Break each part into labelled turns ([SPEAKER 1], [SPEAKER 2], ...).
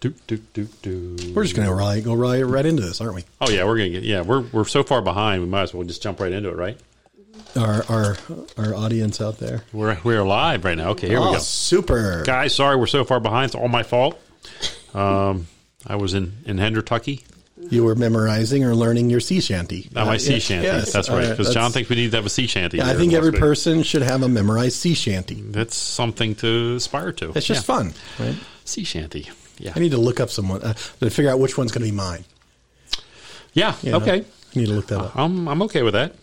[SPEAKER 1] Do, do, do, do.
[SPEAKER 2] We're just going to right, go right, right into this, aren't we?
[SPEAKER 1] Oh yeah, we're gonna get yeah. We're we're so far behind. We might as well just jump right into it, right?
[SPEAKER 2] Our our our audience out there.
[SPEAKER 1] We're we're live right now. Okay, here we
[SPEAKER 2] Oh,
[SPEAKER 1] go,
[SPEAKER 2] Super.
[SPEAKER 1] guys. Sorry, we're so far behind. It's all my fault. Um, I was in in Hendertucky.
[SPEAKER 2] You were memorizing or learning your sea shanty.
[SPEAKER 1] Not my
[SPEAKER 2] Uh,
[SPEAKER 1] sea
[SPEAKER 2] yeah,
[SPEAKER 1] shanty.
[SPEAKER 2] yes.
[SPEAKER 1] That's
[SPEAKER 2] All
[SPEAKER 1] right.
[SPEAKER 2] right,
[SPEAKER 1] Because John
[SPEAKER 2] that's-
[SPEAKER 1] thinks we need to have a sea shanty.
[SPEAKER 2] I
[SPEAKER 1] here
[SPEAKER 2] think
[SPEAKER 1] in
[SPEAKER 2] every
[SPEAKER 1] Las Vegas.
[SPEAKER 2] person should have a memorized sea shanty.
[SPEAKER 1] That's something to aspire to.
[SPEAKER 2] It's just
[SPEAKER 1] Yeah.
[SPEAKER 2] fun, right?
[SPEAKER 1] Sea shanty. Yeah.
[SPEAKER 2] I need to look up someone uh, to figure out which one's going to be mine.
[SPEAKER 1] Yeah.
[SPEAKER 2] you know?
[SPEAKER 1] Okay. Uh-huh.
[SPEAKER 2] I need to look that up.
[SPEAKER 1] I'm I'm okay with that.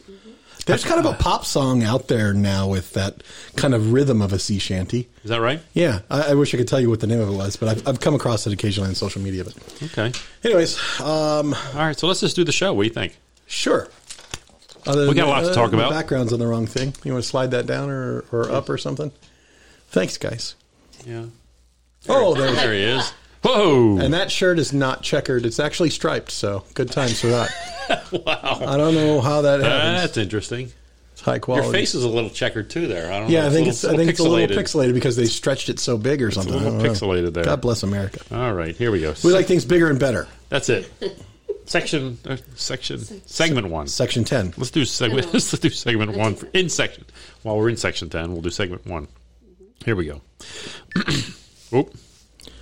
[SPEAKER 2] There's kind of a pop song out there now with that kind of rhythm of a sea shanty.
[SPEAKER 1] Is that right?
[SPEAKER 2] Yeah, I, I wish I could tell you what the name of it was, but I've, I've come across it occasionally on social media. But,
[SPEAKER 1] Okay.
[SPEAKER 2] anyways,
[SPEAKER 1] All
[SPEAKER 2] um,
[SPEAKER 1] right. So let's just do the show. What do you think?
[SPEAKER 2] sure. Other than
[SPEAKER 1] got a lot to
[SPEAKER 2] other
[SPEAKER 1] talk
[SPEAKER 2] than the
[SPEAKER 1] about.
[SPEAKER 2] background's on the wrong thing. You want to slide that down or, or up or something? Thanks, guys.
[SPEAKER 1] Yeah.
[SPEAKER 2] Oh, there.
[SPEAKER 1] There he is. Whoa.
[SPEAKER 2] And that shirt is not checkered. It's actually striped, so good times for that. wow. I don't know how that happens.
[SPEAKER 1] That's interesting.
[SPEAKER 2] It's high quality.
[SPEAKER 1] Your face is a little checkered too. There, I don't.
[SPEAKER 2] Yeah,
[SPEAKER 1] know.
[SPEAKER 2] I think it's, I think it's a little
[SPEAKER 1] pixelated.
[SPEAKER 2] pixelated because they stretched it so big or something. I
[SPEAKER 1] little
[SPEAKER 2] don't know.
[SPEAKER 1] pixelated there.
[SPEAKER 2] God bless America.
[SPEAKER 1] All right, here we go.
[SPEAKER 2] We like things bigger and better.
[SPEAKER 1] That's it. section, uh, section, segment one.
[SPEAKER 2] Section ten.
[SPEAKER 1] Let's do segment. Let's do segment one for, in section. While we're in section ten, we'll do segment one. Here we go. Oop,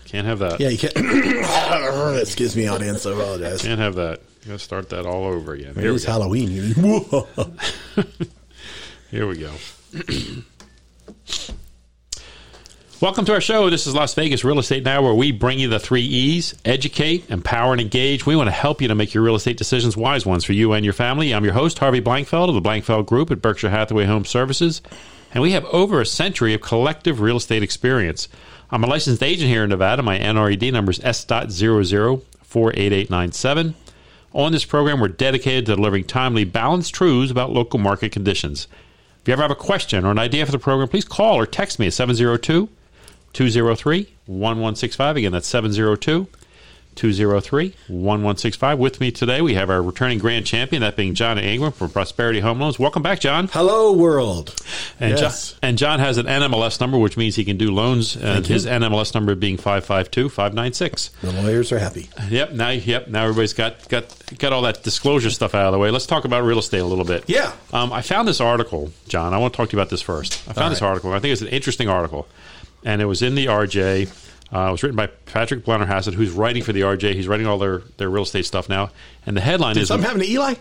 [SPEAKER 1] can't have that.
[SPEAKER 2] Yeah, you can't. Excuse me, audience. I apologize.
[SPEAKER 1] Can't have that. Gotta start that all over again.
[SPEAKER 2] it
[SPEAKER 1] Here we
[SPEAKER 2] is
[SPEAKER 1] go.
[SPEAKER 2] Halloween. You-
[SPEAKER 1] Here we go. Welcome to our show. This is Las Vegas Real Estate Now, where we bring you the three E's educate, empower, and engage. We want to help you to make your real estate decisions wise ones for you and your family. I'm your host, Harvey Blankfeld of the Blankfeld Group at Berkshire Hathaway Home Services, and we have over a century of collective real estate experience. I'm a licensed agent here in Nevada. My NRED number is S.00488897. On this program, we're dedicated to delivering timely, balanced truths about local market conditions. If you ever have a question or an idea for the program, please call or text me at 702 203 1165. Again, that's 702 203 1165. With me today, we have our returning grand champion, that being John Ingram from Prosperity Home Loans. Welcome back, John.
[SPEAKER 2] Hello, world.
[SPEAKER 1] And,
[SPEAKER 2] Yes.
[SPEAKER 1] John, and John has an NMLS number, which means he can do loans, and his NMLS number being 552 596.
[SPEAKER 2] The lawyers are happy.
[SPEAKER 1] Yep. Now, yep. Now everybody's got got got all that disclosure stuff out of the way. Let's talk about real estate a little bit.
[SPEAKER 2] Yeah.
[SPEAKER 1] Um, I found this article, John. I want to talk to you about this first. I found
[SPEAKER 2] All
[SPEAKER 1] this
[SPEAKER 2] right.
[SPEAKER 1] article. I think it's an interesting article, and it was in the RJ. Uh, it was written by Patrick Blennerhassett, who's writing for the RJ. He's writing all their, their real estate stuff now. And the headline is
[SPEAKER 2] Something happened to Eli?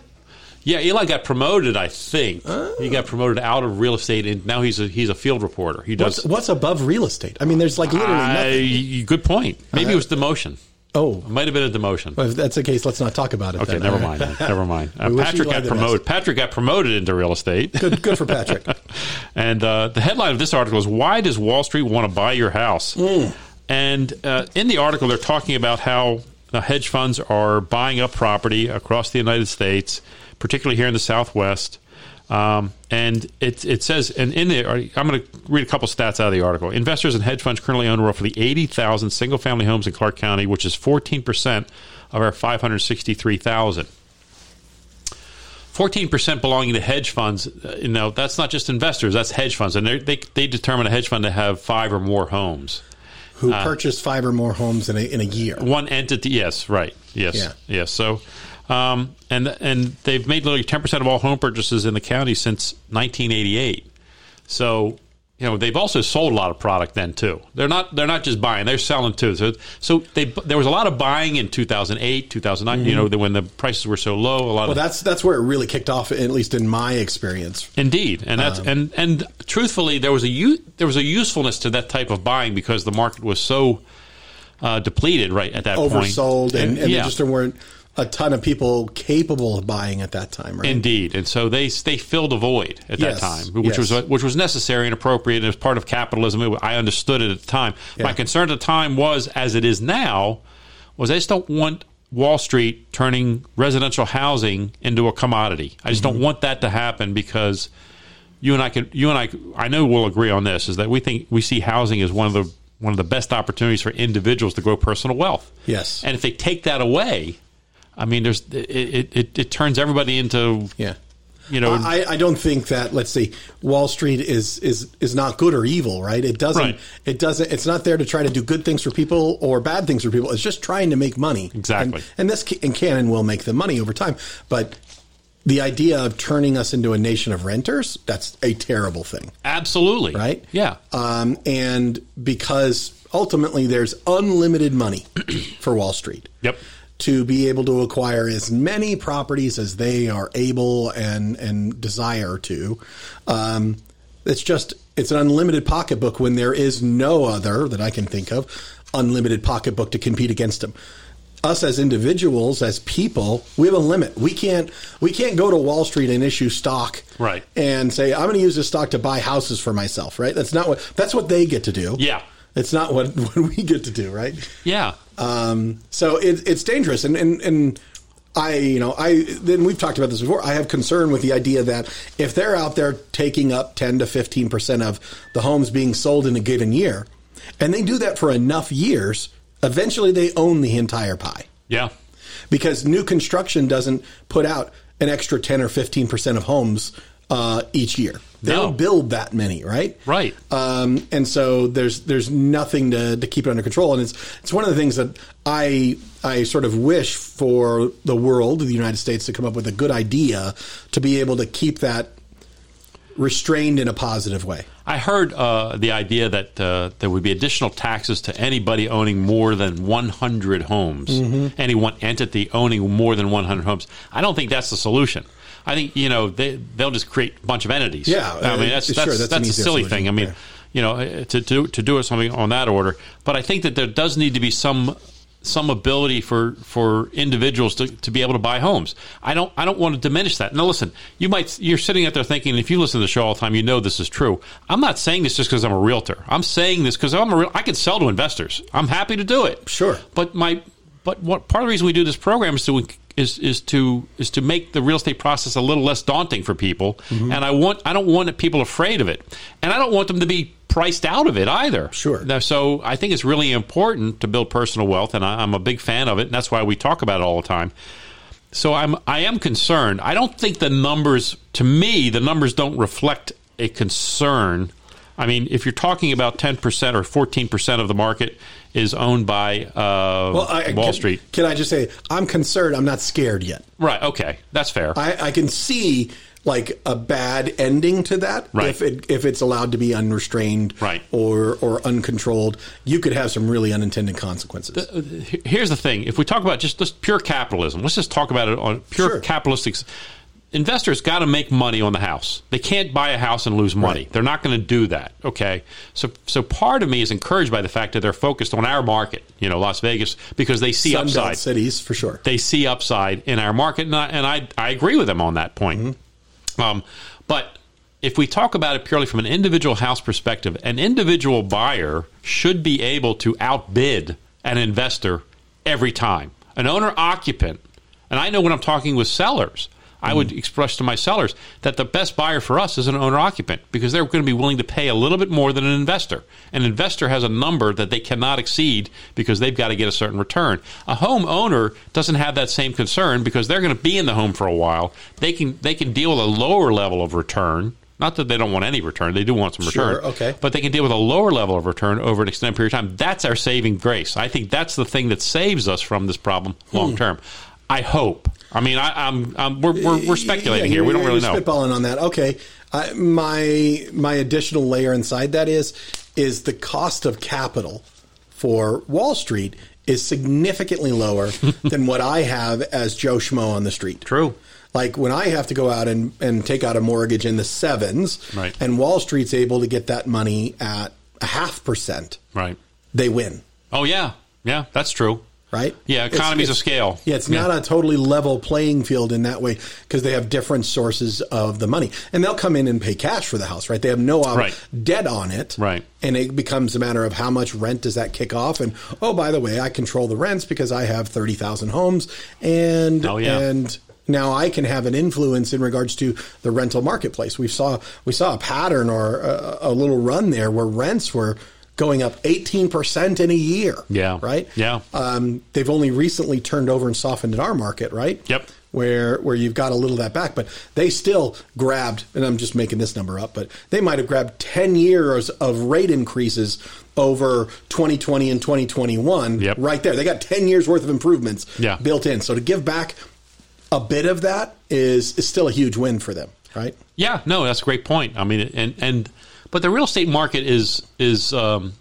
[SPEAKER 1] Yeah, Eli got promoted. I think
[SPEAKER 2] Oh.
[SPEAKER 1] he got promoted out of real estate, and now he's a he's a field reporter. He does.
[SPEAKER 2] What's, what's above real estate? I mean, there's like literally nothing.
[SPEAKER 1] I- good point. Maybe it was demotion.
[SPEAKER 2] Oh,
[SPEAKER 1] It might have been a demotion.
[SPEAKER 2] well, if that's the case, let's not talk about it.
[SPEAKER 1] Okay,
[SPEAKER 2] then.
[SPEAKER 1] never
[SPEAKER 2] All
[SPEAKER 1] mind.
[SPEAKER 2] right.
[SPEAKER 1] then. Never mind. Uh,
[SPEAKER 2] We wish
[SPEAKER 1] Patrick
[SPEAKER 2] Eli
[SPEAKER 1] got
[SPEAKER 2] the best.
[SPEAKER 1] promoted. Patrick got promoted into real estate,
[SPEAKER 2] Good, good for Patrick.
[SPEAKER 1] and uh, the headline of this article is "Why Does Wall Street Want to Buy Your House?" And uh, in the article, they're talking about how the hedge funds are buying up property across the United States, particularly here in the Southwest. Um, and it, it says, and in the, I'm going to read a couple stats out of the article. Investors and hedge funds currently own roughly 80,000 single family homes in Clark County, which is 14% of our 563,000. 14% belonging to hedge funds. uh, You know, that's not just investors, that's hedge funds. And they're- they, they determine a hedge fund to have five or more homes.
[SPEAKER 2] Who
[SPEAKER 1] Uh.
[SPEAKER 2] purchased five or more homes in a, in a year?
[SPEAKER 1] One entity, yes, right. Yes.
[SPEAKER 2] Yeah.
[SPEAKER 1] Yes. So, um, and, and they've made literally 10% of all home purchases in the county since 1988. So, you know, they've also sold a lot of product then too. They're not they're not just buying; they're selling too. So, so they there was a lot of buying in 2008, 2009. You know, the- when the prices were so low, a lot of
[SPEAKER 2] Well, that's that's where it really kicked off, at least in my experience.
[SPEAKER 1] Indeed, and that's
[SPEAKER 2] Uh-huh.
[SPEAKER 1] and and truthfully, there was a u- there was a usefulness to that type of buying because the market was so uh, depleted right at that
[SPEAKER 2] Oversold,
[SPEAKER 1] point.
[SPEAKER 2] and, and
[SPEAKER 1] yeah,
[SPEAKER 2] there just weren't a ton of people capable of buying at that time, right?
[SPEAKER 1] indeed, and so they they filled a void at
[SPEAKER 2] Yes,
[SPEAKER 1] that time, which
[SPEAKER 2] yes.
[SPEAKER 1] was which was necessary and appropriate, and it was part of capitalism. It wa- I understood it at the time. My
[SPEAKER 2] Yeah.
[SPEAKER 1] concern at the time was, as it is now, was I just don't want. Wall Street turning residential housing into a commodity. I just
[SPEAKER 2] Mm-hmm.
[SPEAKER 1] don't want that to happen because you and I could you and I I know we'll agree on this is that we think we see housing as one of the one of the best opportunities for individuals to grow personal wealth.
[SPEAKER 2] Yes.
[SPEAKER 1] And if they take that away, I mean there's it it, it, it turns everybody into
[SPEAKER 2] yeah. Uh,
[SPEAKER 1] you know,
[SPEAKER 2] I, I don't think that let's see Wall Street is is is not good or evil, right? It doesn't
[SPEAKER 1] Right.
[SPEAKER 2] it doesn't it's not there to try to do good things for people or bad things for people. It's just trying to make money.
[SPEAKER 1] Exactly.
[SPEAKER 2] And, and this ca- and Canon will make them money over time, but the idea of turning us into a nation of renters, that's a terrible thing
[SPEAKER 1] absolutely
[SPEAKER 2] right?
[SPEAKER 1] Yeah,
[SPEAKER 2] Um, and because ultimately there's unlimited money for Wall Street.
[SPEAKER 1] Yep.
[SPEAKER 2] To be able to acquire as many properties as they are able and and desire to, um, it's just it's an unlimited pocketbook when there is no other that I can think of unlimited pocketbook to compete against them. Us as individuals, as people, we have a limit. We can't we can't go to Wall Street and issue stock
[SPEAKER 1] Right.
[SPEAKER 2] and say I'm going to use this stock to buy houses for myself, right? That's not what that's what they get to do.
[SPEAKER 1] Yeah.
[SPEAKER 2] it's not what what we get to do, right?
[SPEAKER 1] yeah.
[SPEAKER 2] Um, so it, it's dangerous, and, and and I, you know, I then we've talked about this before. I have concern with the idea that if they're out there taking up ten to fifteen percent of the homes being sold in a given year, and they do that for enough years, eventually they own the entire pie
[SPEAKER 1] yeah.
[SPEAKER 2] because new construction doesn't put out an extra 10 or 15% of homes uh, each year. They
[SPEAKER 1] No.
[SPEAKER 2] don't build that many, right?
[SPEAKER 1] Right.
[SPEAKER 2] Um, and so there's there's nothing to, to keep it under control. And it's it's one of the things that I I sort of wish for the world, the United States, to come up with a good idea to be able to keep that restrained in a positive way.
[SPEAKER 1] I heard uh, the idea that uh, there would be additional taxes to anybody owning more than 100 homes,
[SPEAKER 2] Mm-hmm.
[SPEAKER 1] any one entity owning more than 100 homes. I don't think that's the solution. I think you know they they'll just create a bunch of entities.
[SPEAKER 2] Yeah,
[SPEAKER 1] I mean
[SPEAKER 2] uh,
[SPEAKER 1] that's
[SPEAKER 2] sure,
[SPEAKER 1] that's,
[SPEAKER 2] that's
[SPEAKER 1] that's,
[SPEAKER 2] an
[SPEAKER 1] a
[SPEAKER 2] easier
[SPEAKER 1] silly
[SPEAKER 2] solution,
[SPEAKER 1] thing. I mean,
[SPEAKER 2] yeah.
[SPEAKER 1] you know, uh, to do to do something on that order. But I think that there does need to be some some ability for for individuals to, to be able to buy homes. I don't I don't want to diminish that. Now listen, you might you're sitting out there thinking if you listen to the show all the time, you know this is true. I'm not saying this just because I'm a realtor. I'm saying this because I'm a real, I can sell to investors. I'm happy to do it.
[SPEAKER 2] Sure.
[SPEAKER 1] But my but what part of the reason we do this program is to is is to is to make the real estate process a little less daunting for people. And I want I don't want people afraid of it, and I don't want them to be priced out of it either.
[SPEAKER 2] Sure.
[SPEAKER 1] Now, so I think it's really important to build personal wealth, and I, I'm a big fan of it, and that's why we talk about it all the time. So I'm I am concerned. I don't think the numbers to me the numbers don't reflect a concern. I mean, if you're talking about 10% or 14% of the market is owned by uh,
[SPEAKER 2] Well, I,
[SPEAKER 1] Wall
[SPEAKER 2] can-
[SPEAKER 1] Street.
[SPEAKER 2] Can I just say I'm concerned? I'm not scared yet.
[SPEAKER 1] Right, okay. That's fair.
[SPEAKER 2] I, I can see like a bad ending to that
[SPEAKER 1] Right.
[SPEAKER 2] if it if it's allowed to be unrestrained
[SPEAKER 1] Right.
[SPEAKER 2] or or uncontrolled you could have some really unintended consequences
[SPEAKER 1] Here- here's the thing if we talk about just, just pure capitalism let's just talk about it on pure
[SPEAKER 2] Sure.
[SPEAKER 1] capitalistic investors got to make money on the house they can't buy a house and lose money they're not going to do that okay so so part of me is encouraged by the fact that they're focused on our market you know las vegas because they see
[SPEAKER 2] Sunbelt
[SPEAKER 1] upside
[SPEAKER 2] cities for sure
[SPEAKER 1] they see upside in our market, and I, and I, I agree with them on that point. Um, but if we talk about it purely from an individual house perspective, an individual buyer should be able to outbid an investor every time. An owner occupant, and I know when I'm talking with sellers, I would express to my sellers that the best buyer for us is an owner occupant because they're going to be willing to pay a little bit more than an investor. An investor has a number that they cannot exceed because they've got to get a certain return. A home owner doesn't have that same concern because they're going to be in the home for a while. They can they can deal with a lower level of return. Not that they don't want any return; they do want some return.
[SPEAKER 2] Sure, okay.
[SPEAKER 1] But they can deal with a lower level of return over an extended period of time. That's our saving grace. I think that's the thing that saves us from this problem long
[SPEAKER 2] Hmm.
[SPEAKER 1] term. I hope. I mean, I, I'm, I'm we're, we're, we're speculating
[SPEAKER 2] Yeah,
[SPEAKER 1] here. We
[SPEAKER 2] you're-
[SPEAKER 1] don't really
[SPEAKER 2] you're
[SPEAKER 1] know.
[SPEAKER 2] Spitballing on that. Okay, I my my additional layer inside that is is the cost of capital for Wall Street is significantly lower than what I have as Joe Schmo on the street.
[SPEAKER 1] True.
[SPEAKER 2] Like when I have to go out and, and take out a mortgage in the sevens,
[SPEAKER 1] Right.
[SPEAKER 2] and Wall Street's able to get that money at a half percent,
[SPEAKER 1] Right.
[SPEAKER 2] they win,
[SPEAKER 1] Oh yeah, yeah. That's true.
[SPEAKER 2] right?
[SPEAKER 1] Yeah,
[SPEAKER 2] It's-
[SPEAKER 1] economies
[SPEAKER 2] it's-
[SPEAKER 1] of scale.
[SPEAKER 2] Yeah, it's not a totally level playing field in that way because they have different sources of the money, and they'll come in and pay cash for the house, right? They have no ob-
[SPEAKER 1] Right.
[SPEAKER 2] debt on it,
[SPEAKER 1] Right.
[SPEAKER 2] And it becomes a matter of how much rent does that kick off, and oh, by the way, I control the rents because I have thirty thousand homes, and
[SPEAKER 1] Oh, yeah.
[SPEAKER 2] and now I can have an influence in regards to the rental marketplace. We saw we saw a pattern or a, a little run there where rents were going up eighteen percent in a year.
[SPEAKER 1] Yeah.
[SPEAKER 2] right.
[SPEAKER 1] Yeah.
[SPEAKER 2] Um, they've only recently turned over and softened in our market, right?
[SPEAKER 1] Yep.
[SPEAKER 2] Wh- where where you've got a little of that back, but they still grabbed, and I'm just making this number up, but they might have grabbed 10 years of rate increases over 2020 and 2021
[SPEAKER 1] Yep.
[SPEAKER 2] right there. They got 10 years worth of improvements
[SPEAKER 1] Yeah.
[SPEAKER 2] built in. So to give back a bit of that is is still a huge win for them, right?
[SPEAKER 1] Yeah, no, that's a great point. I mean, and and but the real estate market is is um,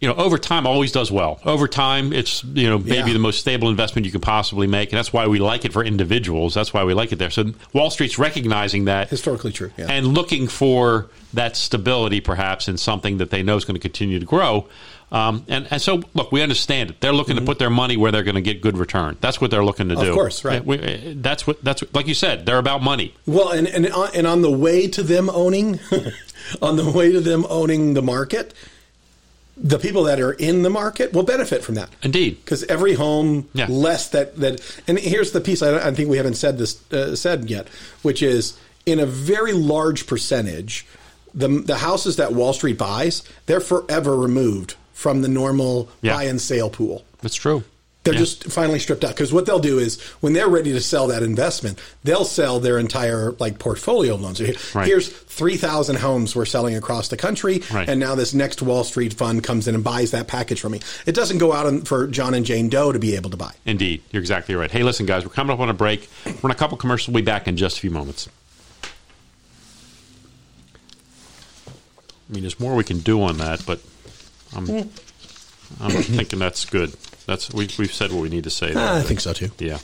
[SPEAKER 1] you know over time always does well. Over time, it's you know maybe
[SPEAKER 2] Yeah.
[SPEAKER 1] the most stable investment you can possibly make, and that's why we like it for individuals. That's why we like it there. So Wall Street's recognizing that
[SPEAKER 2] Historically true. Yeah.
[SPEAKER 1] and looking for that stability, perhaps in something that they know is going to continue to grow. Um, and, and so, look, we understand it. They're looking to put their money where they're going to get good return. That's what they're looking to do.
[SPEAKER 2] course, right.
[SPEAKER 1] Uh, we- uh, that's what that's what, like you said. They're about money.
[SPEAKER 2] Well, and and on, and on the way to them owning, on the way to them owning the market, the people that are in the market will benefit from that.
[SPEAKER 1] Indeed.
[SPEAKER 2] because every home
[SPEAKER 1] Yeah.
[SPEAKER 2] less that that and here's the piece I, I think we haven't said this uh, said yet, which is in a very large percentage, the the houses that Wall Street buys, they're forever removed from the normal
[SPEAKER 1] Yeah.
[SPEAKER 2] buy and sale pool.
[SPEAKER 1] That's true.
[SPEAKER 2] They're
[SPEAKER 1] Yeah.
[SPEAKER 2] just finally stripped out because what they'll do is when they're ready to sell that investment, they'll sell their entire like portfolio of loans. Here-
[SPEAKER 1] Right.
[SPEAKER 2] Here's three thousand homes we're selling across the country,
[SPEAKER 1] Right.
[SPEAKER 2] and now this next Wall Street fund comes in and buys that package from me. It doesn't go out on, for John and Jane Doe to be able to buy.
[SPEAKER 1] Indeed. You're exactly right. Hey, listen, guys, we're coming up on a break. We're in a couple commercials. We'll be back in just a few moments. I mean, there's more we can do on that, but I'm, I'm thinking that's good. That's we, We've said what we need to say there.
[SPEAKER 2] I think so too.
[SPEAKER 1] Yeah.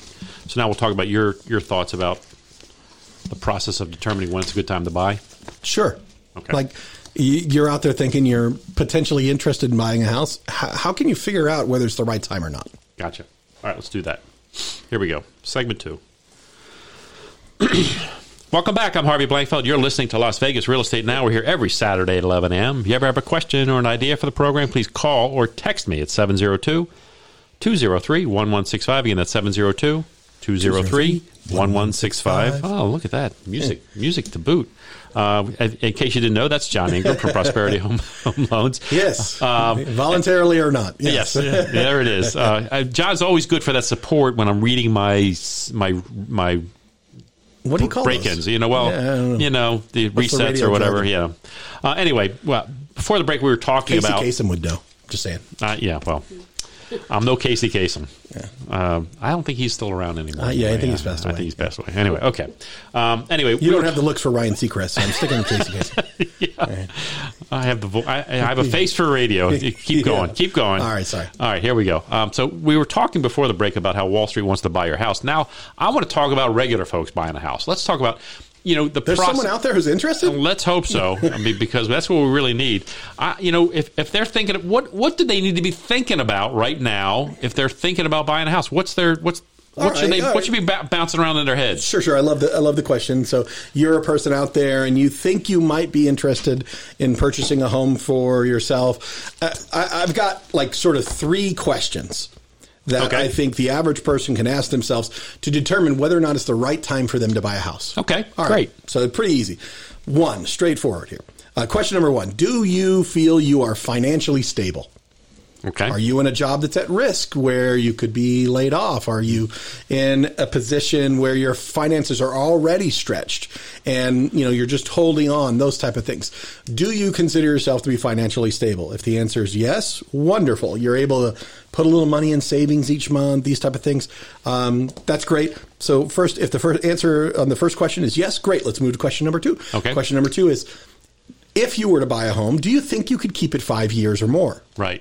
[SPEAKER 1] So now we'll talk about your, your thoughts about the process of determining when it's a good time to buy.
[SPEAKER 2] Sure.
[SPEAKER 1] Okay.
[SPEAKER 2] Like y- you're out there thinking you're potentially interested in buying a house. How, how can you figure out whether it's the right time or not?
[SPEAKER 1] Gotcha. All right, let's do that. Here we go. Segment two. Welcome back. I'm Harvey Blankfeld. You're listening to Las Vegas Real Estate Now. We're here every Saturday at 11 a.m. If you ever have a question or an idea for the program, please call or text me at 702 203 1165. Again, that's 702 203 1165. Oh, look at that. Music. Music to boot. Uh, in in case you didn't know, that's John Ingram from Prosperity Home, Home Loans.
[SPEAKER 2] Yes.
[SPEAKER 1] Um,
[SPEAKER 2] Voluntarily or not.
[SPEAKER 1] Yes, there it is. Uh, uh, John's always good for that support when I'm reading my s- my my
[SPEAKER 2] What do you call
[SPEAKER 1] break-ins.
[SPEAKER 2] those?
[SPEAKER 1] You know, well,
[SPEAKER 2] Yeah, I don't know.
[SPEAKER 1] you know the
[SPEAKER 2] What's the
[SPEAKER 1] resets
[SPEAKER 2] radio
[SPEAKER 1] or whatever.
[SPEAKER 2] jargon?
[SPEAKER 1] Yeah. Uh, anyway, well, before the break, we were talking
[SPEAKER 2] Casey
[SPEAKER 1] about
[SPEAKER 2] Kasem would know. Just saying.
[SPEAKER 1] Uh, yeah. Well, I'm no Casey Kasem. Um, I don't think he's still around anymore.
[SPEAKER 2] Uh, yeah, I
[SPEAKER 1] Anyway,
[SPEAKER 2] think he's passed
[SPEAKER 1] I
[SPEAKER 2] away.
[SPEAKER 1] think he's passed away. Anyway, okay. Um, anyway,
[SPEAKER 2] You don't have the looks for Ryan Seacrest, so I'm sticking with Casey Kasem.
[SPEAKER 1] I have the vo- I, I have a face for radio. Keep going.
[SPEAKER 2] Yeah.
[SPEAKER 1] Keep going.
[SPEAKER 2] All right, sorry.
[SPEAKER 1] All right, here we go. Um, so we were talking before the break about how Wall Street wants to buy your house. Now I want to talk about regular folks buying a house. Let's talk about you know the
[SPEAKER 2] There's
[SPEAKER 1] process.
[SPEAKER 2] someone out there who's interested.
[SPEAKER 1] Let's hope so, I mean, because that's what we really need. I, you know, if, if they're thinking, of- what what do they need to be thinking about right now? If they're thinking about buying a house, what's their what's
[SPEAKER 2] All
[SPEAKER 1] what should
[SPEAKER 2] right,
[SPEAKER 1] they
[SPEAKER 2] all
[SPEAKER 1] what
[SPEAKER 2] right.
[SPEAKER 1] should be ba- bouncing around in their heads?
[SPEAKER 2] Sure, sure. I love the I love the question. So you're a person out there, and you think you might be interested in purchasing a home for yourself. I, I, I've got like sort of three questions that
[SPEAKER 1] Okay.
[SPEAKER 2] I think the average person can ask themselves to determine whether or not it's the right time for them to buy a house.
[SPEAKER 1] Okay,
[SPEAKER 2] All right.
[SPEAKER 1] great.
[SPEAKER 2] So pretty easy. One, straightforward here. Uh, question number one: Do you feel you are financially stable?
[SPEAKER 1] Okay,
[SPEAKER 2] Are you in a job that's at risk where you could be laid off? Are you in a position where your finances are already stretched and you know you're just holding on those type of things? Do you consider yourself to be financially stable? If the answer is yes, wonderful. You're able to put a little money in savings each month, these type of things. Um, that's great. So first, if the first answer on the first question is yes, great. Let's move to question number two.
[SPEAKER 1] Okay.
[SPEAKER 2] Question number two is. If you were to buy a home, do you think you could keep it five years or more?
[SPEAKER 1] right.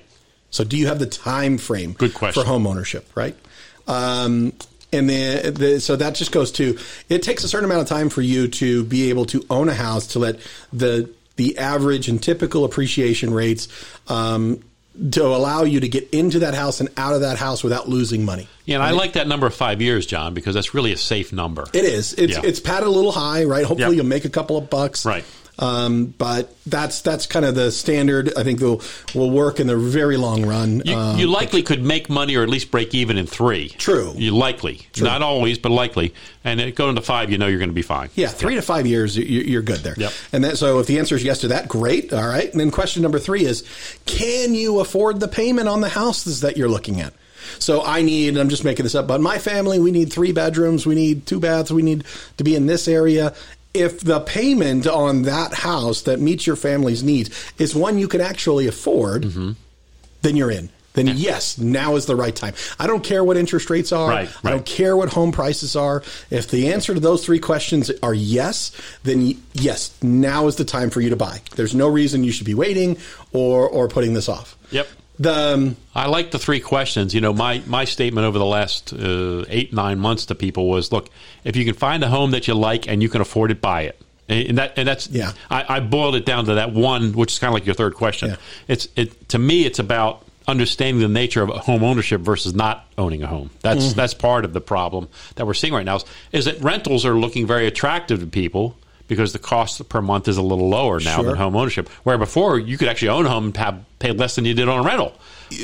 [SPEAKER 2] So, do you have the time frame
[SPEAKER 1] Good question.
[SPEAKER 2] for home ownership, right? Um, and then, the, so that just goes to it takes a certain amount of time for you to be able to own a house to let the the average and typical appreciation rates um, to allow you to get into that house and out of that house without losing money.
[SPEAKER 1] Yeah, and I like that number of five years, John, because that's really a safe number.
[SPEAKER 2] It is. It's
[SPEAKER 1] Yeah.
[SPEAKER 2] it's padded a little high, right? Hopefully
[SPEAKER 1] Yep.
[SPEAKER 2] you'll make a couple of bucks.
[SPEAKER 1] Right.
[SPEAKER 2] Um, but that's that's kind of the standard. I think will will work in the very long run.
[SPEAKER 1] You,
[SPEAKER 2] Um,
[SPEAKER 1] you likely could make money or at least break even in three.
[SPEAKER 2] True.
[SPEAKER 1] You likely, not always, but likely. And it, going to five, you know you're going to be fine.
[SPEAKER 2] Yeah, three to five years, you- you're good there.
[SPEAKER 1] Yep.
[SPEAKER 2] And that, so if the answer is yes to that, great. All right. And then question number three is, can you afford the payment on the houses that you're looking at? So I need, and I'm just making this up, but my family, we need three bedrooms, we need two baths, we need to be in this area. If the payment on that house that meets your family's needs is one you can actually afford,
[SPEAKER 1] Mm-hmm.
[SPEAKER 2] then you're in. Then yes, now is the right time. I don't care what interest rates are.
[SPEAKER 1] Right,
[SPEAKER 2] I don't
[SPEAKER 1] right.
[SPEAKER 2] care what home prices are. If the answer to those three questions are yes, then y- yes, now is the time for you to buy. There's no reason you should be waiting or or putting this off.
[SPEAKER 1] Yep.
[SPEAKER 2] The um,
[SPEAKER 1] I like the three questions. You know, my, my statement over the last uh, eight, nine months to people was look, if you can find a home that you like and you can afford it, buy it. And and that and that's
[SPEAKER 2] Yeah.
[SPEAKER 1] I, I boiled it down to that one, which is kind of like your third question.
[SPEAKER 2] Yeah.
[SPEAKER 1] It's it to me, it's about understanding the nature of home ownership versus not owning a home. That's
[SPEAKER 2] Mm-hmm.
[SPEAKER 1] that's part of the problem that we're seeing right now. Is, is that rentals are looking very attractive to people because the cost per month is a little lower now
[SPEAKER 2] Sure.
[SPEAKER 1] than home ownership. Where before you could actually own a home and have, pay less than you did on a rental.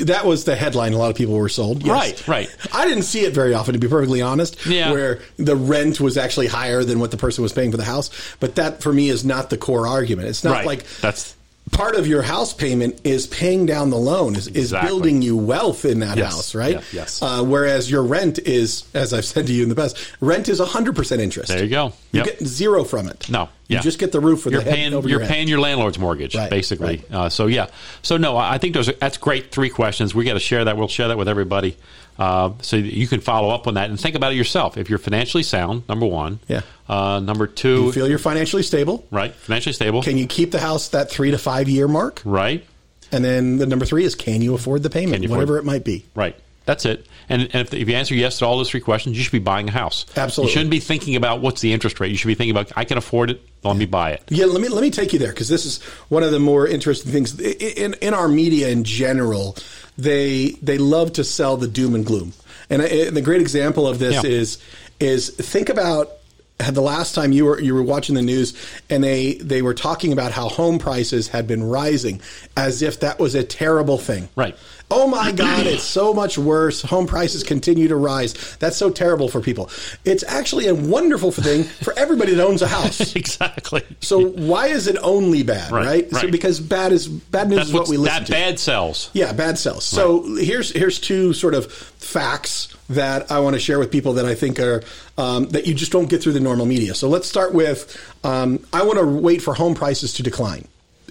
[SPEAKER 2] that was the headline. A lot of people were sold.
[SPEAKER 1] Right,
[SPEAKER 2] Yes.
[SPEAKER 1] right.
[SPEAKER 2] I didn't see it very often, to be perfectly honest.
[SPEAKER 1] Yeah.
[SPEAKER 2] Where the rent was actually higher than what the person was paying for the house, but that for me is not the core argument. It's not
[SPEAKER 1] Right.
[SPEAKER 2] like
[SPEAKER 1] That's-
[SPEAKER 2] part of your house payment is paying down the loan, is, is
[SPEAKER 1] Exactly.
[SPEAKER 2] building you wealth in that
[SPEAKER 1] Yes.
[SPEAKER 2] house, right?
[SPEAKER 1] Yeah, yes.
[SPEAKER 2] Uh, whereas your rent is, as I've said to you in the past, rent is hundred percent interest.
[SPEAKER 1] There you go.
[SPEAKER 2] You
[SPEAKER 1] Yep.
[SPEAKER 2] get zero from it.
[SPEAKER 1] No,
[SPEAKER 2] you
[SPEAKER 1] yeah.
[SPEAKER 2] just get the roof or
[SPEAKER 1] you're
[SPEAKER 2] the head
[SPEAKER 1] paying
[SPEAKER 2] over
[SPEAKER 1] you're
[SPEAKER 2] your head.
[SPEAKER 1] paying your landlord's mortgage
[SPEAKER 2] Right,
[SPEAKER 1] basically. Uh, so yeah, so no, I I think those are, that's great. Three questions. We got to share that. We'll share that with everybody, uh, so that you can follow up on that and think about it yourself. If you're financially sound, number one.
[SPEAKER 2] Yeah.
[SPEAKER 1] Uh, number two,
[SPEAKER 2] You feel you're financially stable.
[SPEAKER 1] right? Financially stable.
[SPEAKER 2] Can you keep the house that three to five year mark?
[SPEAKER 1] right.
[SPEAKER 2] And then the number three is can you afford the
[SPEAKER 1] Can
[SPEAKER 2] payment,
[SPEAKER 1] you
[SPEAKER 2] whatever
[SPEAKER 1] afford-
[SPEAKER 2] it might be.
[SPEAKER 1] Right. That's it. And, and if, if you answer yes to all those three questions, you should be buying a house.
[SPEAKER 2] Absolutely.
[SPEAKER 1] You shouldn't be thinking about what's the interest rate. You should be thinking about I can afford it. Let me buy it.
[SPEAKER 2] Yeah, let me let me take you there because this is one of the more interesting things I- in in our media in general. They they love to sell the doom and gloom, and, I, and the great example of this
[SPEAKER 1] Yeah.
[SPEAKER 2] is is think about the last time you were you were watching the news and they they were talking about how home prices had been rising as if that was a terrible thing.
[SPEAKER 1] Right.
[SPEAKER 2] Oh my God, it's so much worse. Home prices continue to rise. That's so terrible for people. It's actually a wonderful thing for everybody that owns a house.
[SPEAKER 1] Exactly.
[SPEAKER 2] So why is it only bad, right?
[SPEAKER 1] Right,
[SPEAKER 2] So
[SPEAKER 1] right.
[SPEAKER 2] because bad is bad news
[SPEAKER 1] that's
[SPEAKER 2] is what we listen
[SPEAKER 1] that
[SPEAKER 2] to.
[SPEAKER 1] bad sells.
[SPEAKER 2] Yeah, bad sells. So here's here's two sort of facts that I want to share with people that I think are um, that you just don't get through the normal media. So let's start with um, I want to wait for home prices to decline.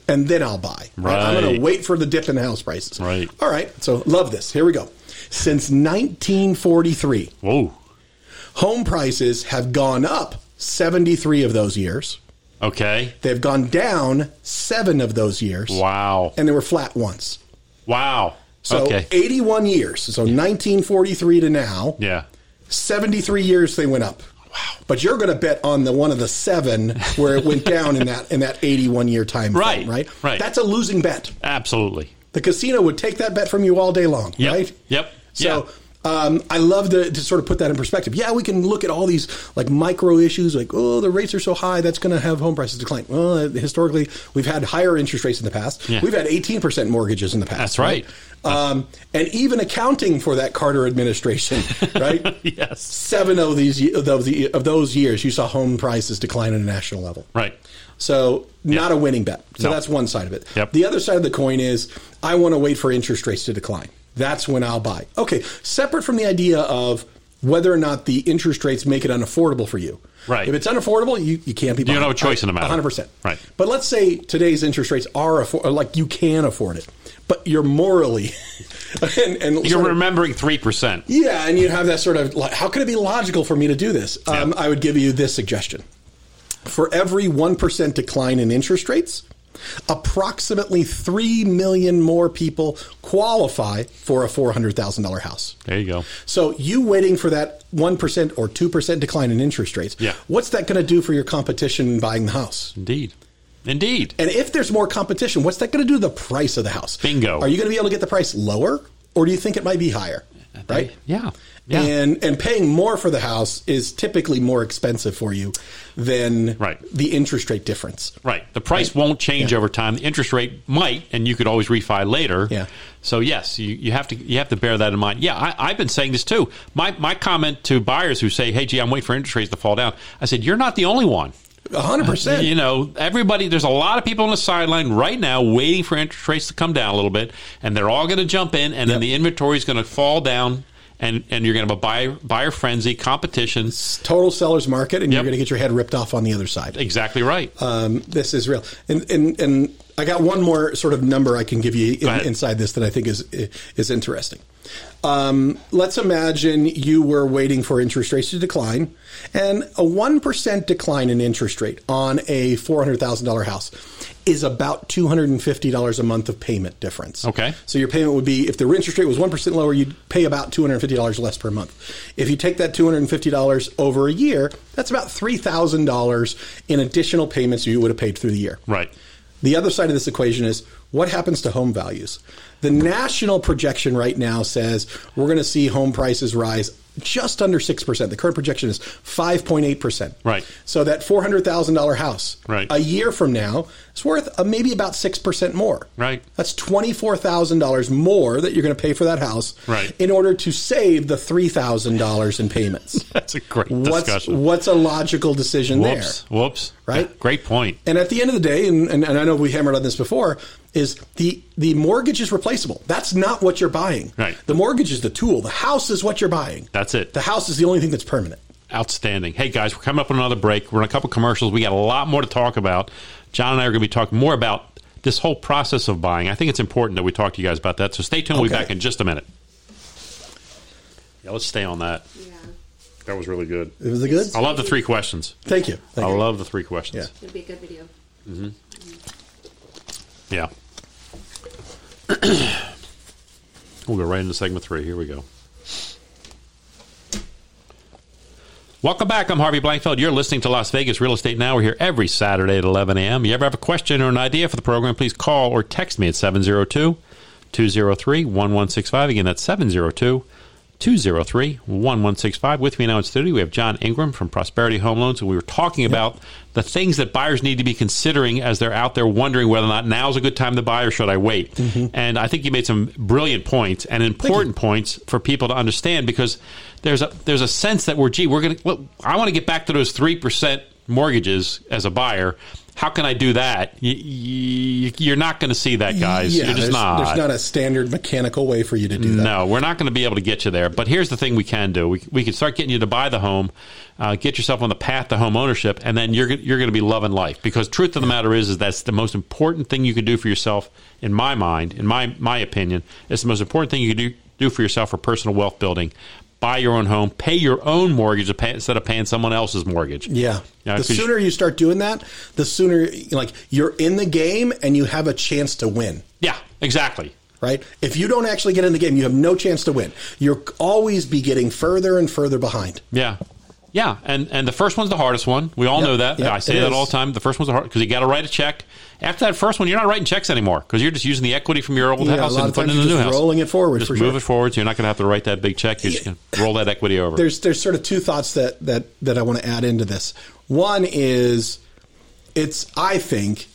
[SPEAKER 2] And then I'll buy. I'm going
[SPEAKER 1] Right.
[SPEAKER 2] to wait for the dip in house prices.
[SPEAKER 1] Right.
[SPEAKER 2] All right. So love this. Here we go. Since 1943,
[SPEAKER 1] Whoa.
[SPEAKER 2] home prices have gone up 73 of those years.
[SPEAKER 1] Okay.
[SPEAKER 2] They've gone down seven of those years.
[SPEAKER 1] Wow.
[SPEAKER 2] And they were flat once.
[SPEAKER 1] Wow.
[SPEAKER 2] So
[SPEAKER 1] okay.
[SPEAKER 2] 81 years. So 1943 to now,
[SPEAKER 1] yeah.
[SPEAKER 2] 73 years they went up. Wow. But you're going to bet on the one of the seven where it went down in that in that 81 year time frame,
[SPEAKER 1] Right,
[SPEAKER 2] right?
[SPEAKER 1] right.
[SPEAKER 2] That's a losing bet.
[SPEAKER 1] Absolutely.
[SPEAKER 2] The casino would take that bet from you all day long,
[SPEAKER 1] Yep.
[SPEAKER 2] right?
[SPEAKER 1] Yep.
[SPEAKER 2] So um, I love to, to sort of put that in perspective. Yeah, we can look at all these like micro issues, like oh, the rates are so high that's going to have home prices decline. Well, uh, historically, we've had higher interest rates in the past.
[SPEAKER 1] Yeah.
[SPEAKER 2] We've had eighteen percent mortgages in the past.
[SPEAKER 1] That's right.
[SPEAKER 2] Um, and even accounting for that Carter administration, right?
[SPEAKER 1] yeah. Yes.
[SPEAKER 2] Seven of these ye- of those, of those years, you saw home prices decline at a national level.
[SPEAKER 1] Right.
[SPEAKER 2] So not a winning bet. So
[SPEAKER 1] No.
[SPEAKER 2] that's one side of it.
[SPEAKER 1] Yep.
[SPEAKER 2] The other side of the coin is I want to wait for interest rates to decline. That's when I'll buy. Okay, separate from the idea of whether or not the interest rates make it unaffordable for you.
[SPEAKER 1] Right.
[SPEAKER 2] If it's unaffordable, you, you can't be buying.
[SPEAKER 1] don't have a choice in the matter.
[SPEAKER 2] 100%.
[SPEAKER 1] Right.
[SPEAKER 2] But let's say today's interest rates are affo- like you can afford it, but you're morally and, and
[SPEAKER 1] You're
[SPEAKER 2] sort of-
[SPEAKER 1] remembering three percent.
[SPEAKER 2] yeah, and you have that sort of like, how could it be logical for me to do this? Um,
[SPEAKER 1] Yeah.
[SPEAKER 2] I would give you this suggestion. For every 1% decline in interest rates, approximately 3 million more people qualify for a $400,000 house.
[SPEAKER 1] There you go.
[SPEAKER 2] So you waiting for that 1% or 2% decline in interest rates.
[SPEAKER 1] Yeah.
[SPEAKER 2] What's that going to do for your competition in buying the house?
[SPEAKER 1] Indeed. Indeed.
[SPEAKER 2] And if there's more competition, what's that going to do to the price of the house?
[SPEAKER 1] Bingo.
[SPEAKER 2] Are you going to be able to get the price lower or do you think it might be higher? Right?
[SPEAKER 1] Yeah. Yeah.
[SPEAKER 2] And and paying more for the house is typically more expensive for you than
[SPEAKER 1] Right.
[SPEAKER 2] the interest rate difference.
[SPEAKER 1] Right. The price won't change over time. The interest rate might, and you could always refi later.
[SPEAKER 2] Yeah.
[SPEAKER 1] So yes, you, you have to you have to bear that in mind. Yeah, I, I've been saying this too. My my comment to buyers who say, "Hey, gee, I'm waiting for interest rates to fall down," I said, "You're not the only one."
[SPEAKER 2] A hundred
[SPEAKER 1] You
[SPEAKER 2] percent.
[SPEAKER 1] know, everybody, there's a lot of people on the sideline right now waiting for interest rates to come down a little bit, and they're all going to jump in, and then the inventory is going to fall down and and you're going to have a buyer buyer frenzy, competition.
[SPEAKER 2] total seller's market, and you're
[SPEAKER 1] Yep.
[SPEAKER 2] going to get your head ripped off on the other side.
[SPEAKER 1] Exactly right.
[SPEAKER 2] um, this is real. And, and and I got one more sort of number I can give you in,
[SPEAKER 1] ahead.
[SPEAKER 2] inside this that I think is is interesting. Um, let's imagine you were waiting for interest rates to decline, and a one percent decline in interest rate on a four hundred thousand dollar house is about two hundred and fifty dollars a month of payment difference.
[SPEAKER 1] Okay.
[SPEAKER 2] So your payment would be if the interest rate was one percent lower, you'd pay about two hundred and fifty dollars less per month. If you take that two hundred and fifty dollars over a year, that's about three thousand dollars in additional payments you would have paid through the year.
[SPEAKER 1] right.
[SPEAKER 2] The other side of this equation is what happens to home values. The national projection right now says we're going to see home prices rise just under 6%. The current projection is 5.8%.
[SPEAKER 1] Right.
[SPEAKER 2] So that $400,000 house
[SPEAKER 1] Right.
[SPEAKER 2] a year from now is worth uh, maybe about 6% more.
[SPEAKER 1] Right.
[SPEAKER 2] That's $24,000 more that you're going to pay for that house
[SPEAKER 1] Right.
[SPEAKER 2] in order to save the $3,000 in payments.
[SPEAKER 1] That's a great
[SPEAKER 2] what's,
[SPEAKER 1] discussion.
[SPEAKER 2] what's a logical decision there?
[SPEAKER 1] Whoops. Whoops.
[SPEAKER 2] Right?
[SPEAKER 1] Yeah, great point.
[SPEAKER 2] And at the end of the day, and, and, and I know we hammered on this before, is the the mortgage is replaceable. That's not what you're buying.
[SPEAKER 1] Right.
[SPEAKER 2] The mortgage is the tool. The house is what you're buying.
[SPEAKER 1] That's it.
[SPEAKER 2] The house is the only thing that's permanent.
[SPEAKER 1] Outstanding. Hey guys, we're coming up on another break. We're on a couple commercials. We got a lot more to talk about. John and I are going to be talking more about this whole process of buying. I think it's important that we talk to you guys about that. So stay tuned. We'll be
[SPEAKER 2] Okay.
[SPEAKER 1] back in just a minute. Yeah, let's stay on that.
[SPEAKER 3] Yeah,
[SPEAKER 1] That was really good.
[SPEAKER 2] It was a good.
[SPEAKER 1] I love the three questions.
[SPEAKER 2] Thank you. Thank
[SPEAKER 1] I
[SPEAKER 2] you.
[SPEAKER 1] love the three questions.
[SPEAKER 3] it'd be a good video.
[SPEAKER 1] Yeah. we'll go right into segment three. Here we go. Welcome back. I'm Harvey Blankfeld. You're listening to Las Vegas Real Estate Now. We're here every Saturday at 11 a.m. You ever have a question or an idea for the program, please call or text me at 702 203 1165. Again, that's 702 203 1165. With me now in studio, we have John Ingram from Prosperity Home Loans, and we were talking about the things that buyers need to be considering as they're out there wondering whether or not now's a good time to buy or should I wait.
[SPEAKER 2] Mm-hmm.
[SPEAKER 1] And I think you made some brilliant points and important points for people to understand because there's a there's a sense that we're gee we're gonna look, I want to get back to those three percent mortgages as a buyer. How can I do that? Y- y- you're not going to see that, guys.
[SPEAKER 2] Yeah,
[SPEAKER 1] you're just
[SPEAKER 2] there's, there's not a standard mechanical way for you to do that.
[SPEAKER 1] no, we're not going to be able to get you there. But here's the thing: we can do. We, we can start getting you to buy the home, uh, get yourself on the path to home ownership, and then you're go- you're going to be loving life. Because truth of the matter is, is that's the most important thing you can do for yourself. In my mind, in my my opinion, it's the most important thing you can do do for yourself for personal wealth building. Buy your own home, pay your own mortgage to pay- instead of paying someone else's mortgage.
[SPEAKER 2] Yeah.
[SPEAKER 1] Yeah,
[SPEAKER 2] the
[SPEAKER 1] 'cause you-
[SPEAKER 2] sooner you start doing that, the sooner like you're in the game and you have a chance to win.
[SPEAKER 1] yeah, exactly.
[SPEAKER 2] Right? If you don't actually get in the game, you have no chance to win. You'll always be getting further and further behind.
[SPEAKER 1] Yeah. Yeah, and, and the first one's the hardest one. We all
[SPEAKER 2] Yep,
[SPEAKER 1] know that.
[SPEAKER 2] yep,
[SPEAKER 1] I say
[SPEAKER 2] it
[SPEAKER 1] that
[SPEAKER 2] is.
[SPEAKER 1] all the time. The first one's the hard because you got to write a check. After that first one, you're not writing checks anymore because you're just using the equity from your old
[SPEAKER 2] Yeah, a
[SPEAKER 1] house
[SPEAKER 2] lot
[SPEAKER 1] and
[SPEAKER 2] of
[SPEAKER 1] putting it in
[SPEAKER 2] times
[SPEAKER 1] the new
[SPEAKER 2] you're just
[SPEAKER 1] house.
[SPEAKER 2] rolling it forward,
[SPEAKER 1] Just
[SPEAKER 2] for
[SPEAKER 1] move
[SPEAKER 2] sure.
[SPEAKER 1] it forward. So you're not going to have to write that big check. You're just going to roll that equity over.
[SPEAKER 2] there's there's sort of two thoughts that that that I want to add into this. One is it's I think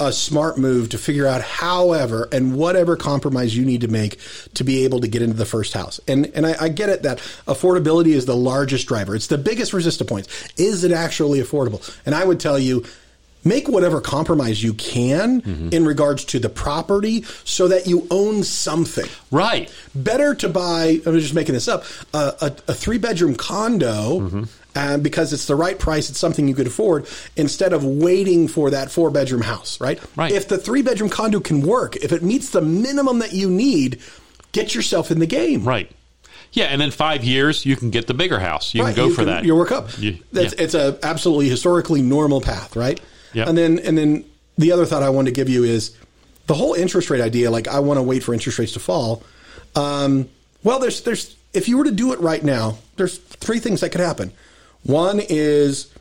[SPEAKER 2] a smart move to figure out however and whatever compromise you need to make to be able to get into the first house. And and I, I get it that affordability is the largest driver. It's the biggest resistance point. Is it actually affordable? And I would tell you make whatever compromise you can in regards to the property so that you own something
[SPEAKER 1] right.
[SPEAKER 2] better to buy i'm just making this up a, a, a three bedroom condo uh, because it's the right price it's something you could afford instead of waiting for that four bedroom house right
[SPEAKER 1] Right.
[SPEAKER 2] if the three bedroom condo can work if it meets the minimum that you need get yourself in the game
[SPEAKER 1] Right. Yeah, and in five years, you can get the bigger house. You
[SPEAKER 2] Right,
[SPEAKER 1] can go for that.
[SPEAKER 2] You work up.
[SPEAKER 1] You-
[SPEAKER 2] That's,
[SPEAKER 1] yeah.
[SPEAKER 2] It's a absolutely historically normal path, right?
[SPEAKER 1] Yep.
[SPEAKER 2] And then and then the other thought I wanted to give you is the whole interest rate idea. Like I want to wait for interest rates to fall. Um, well, there's there's if you were to do it right now, there's three things that could happen. One is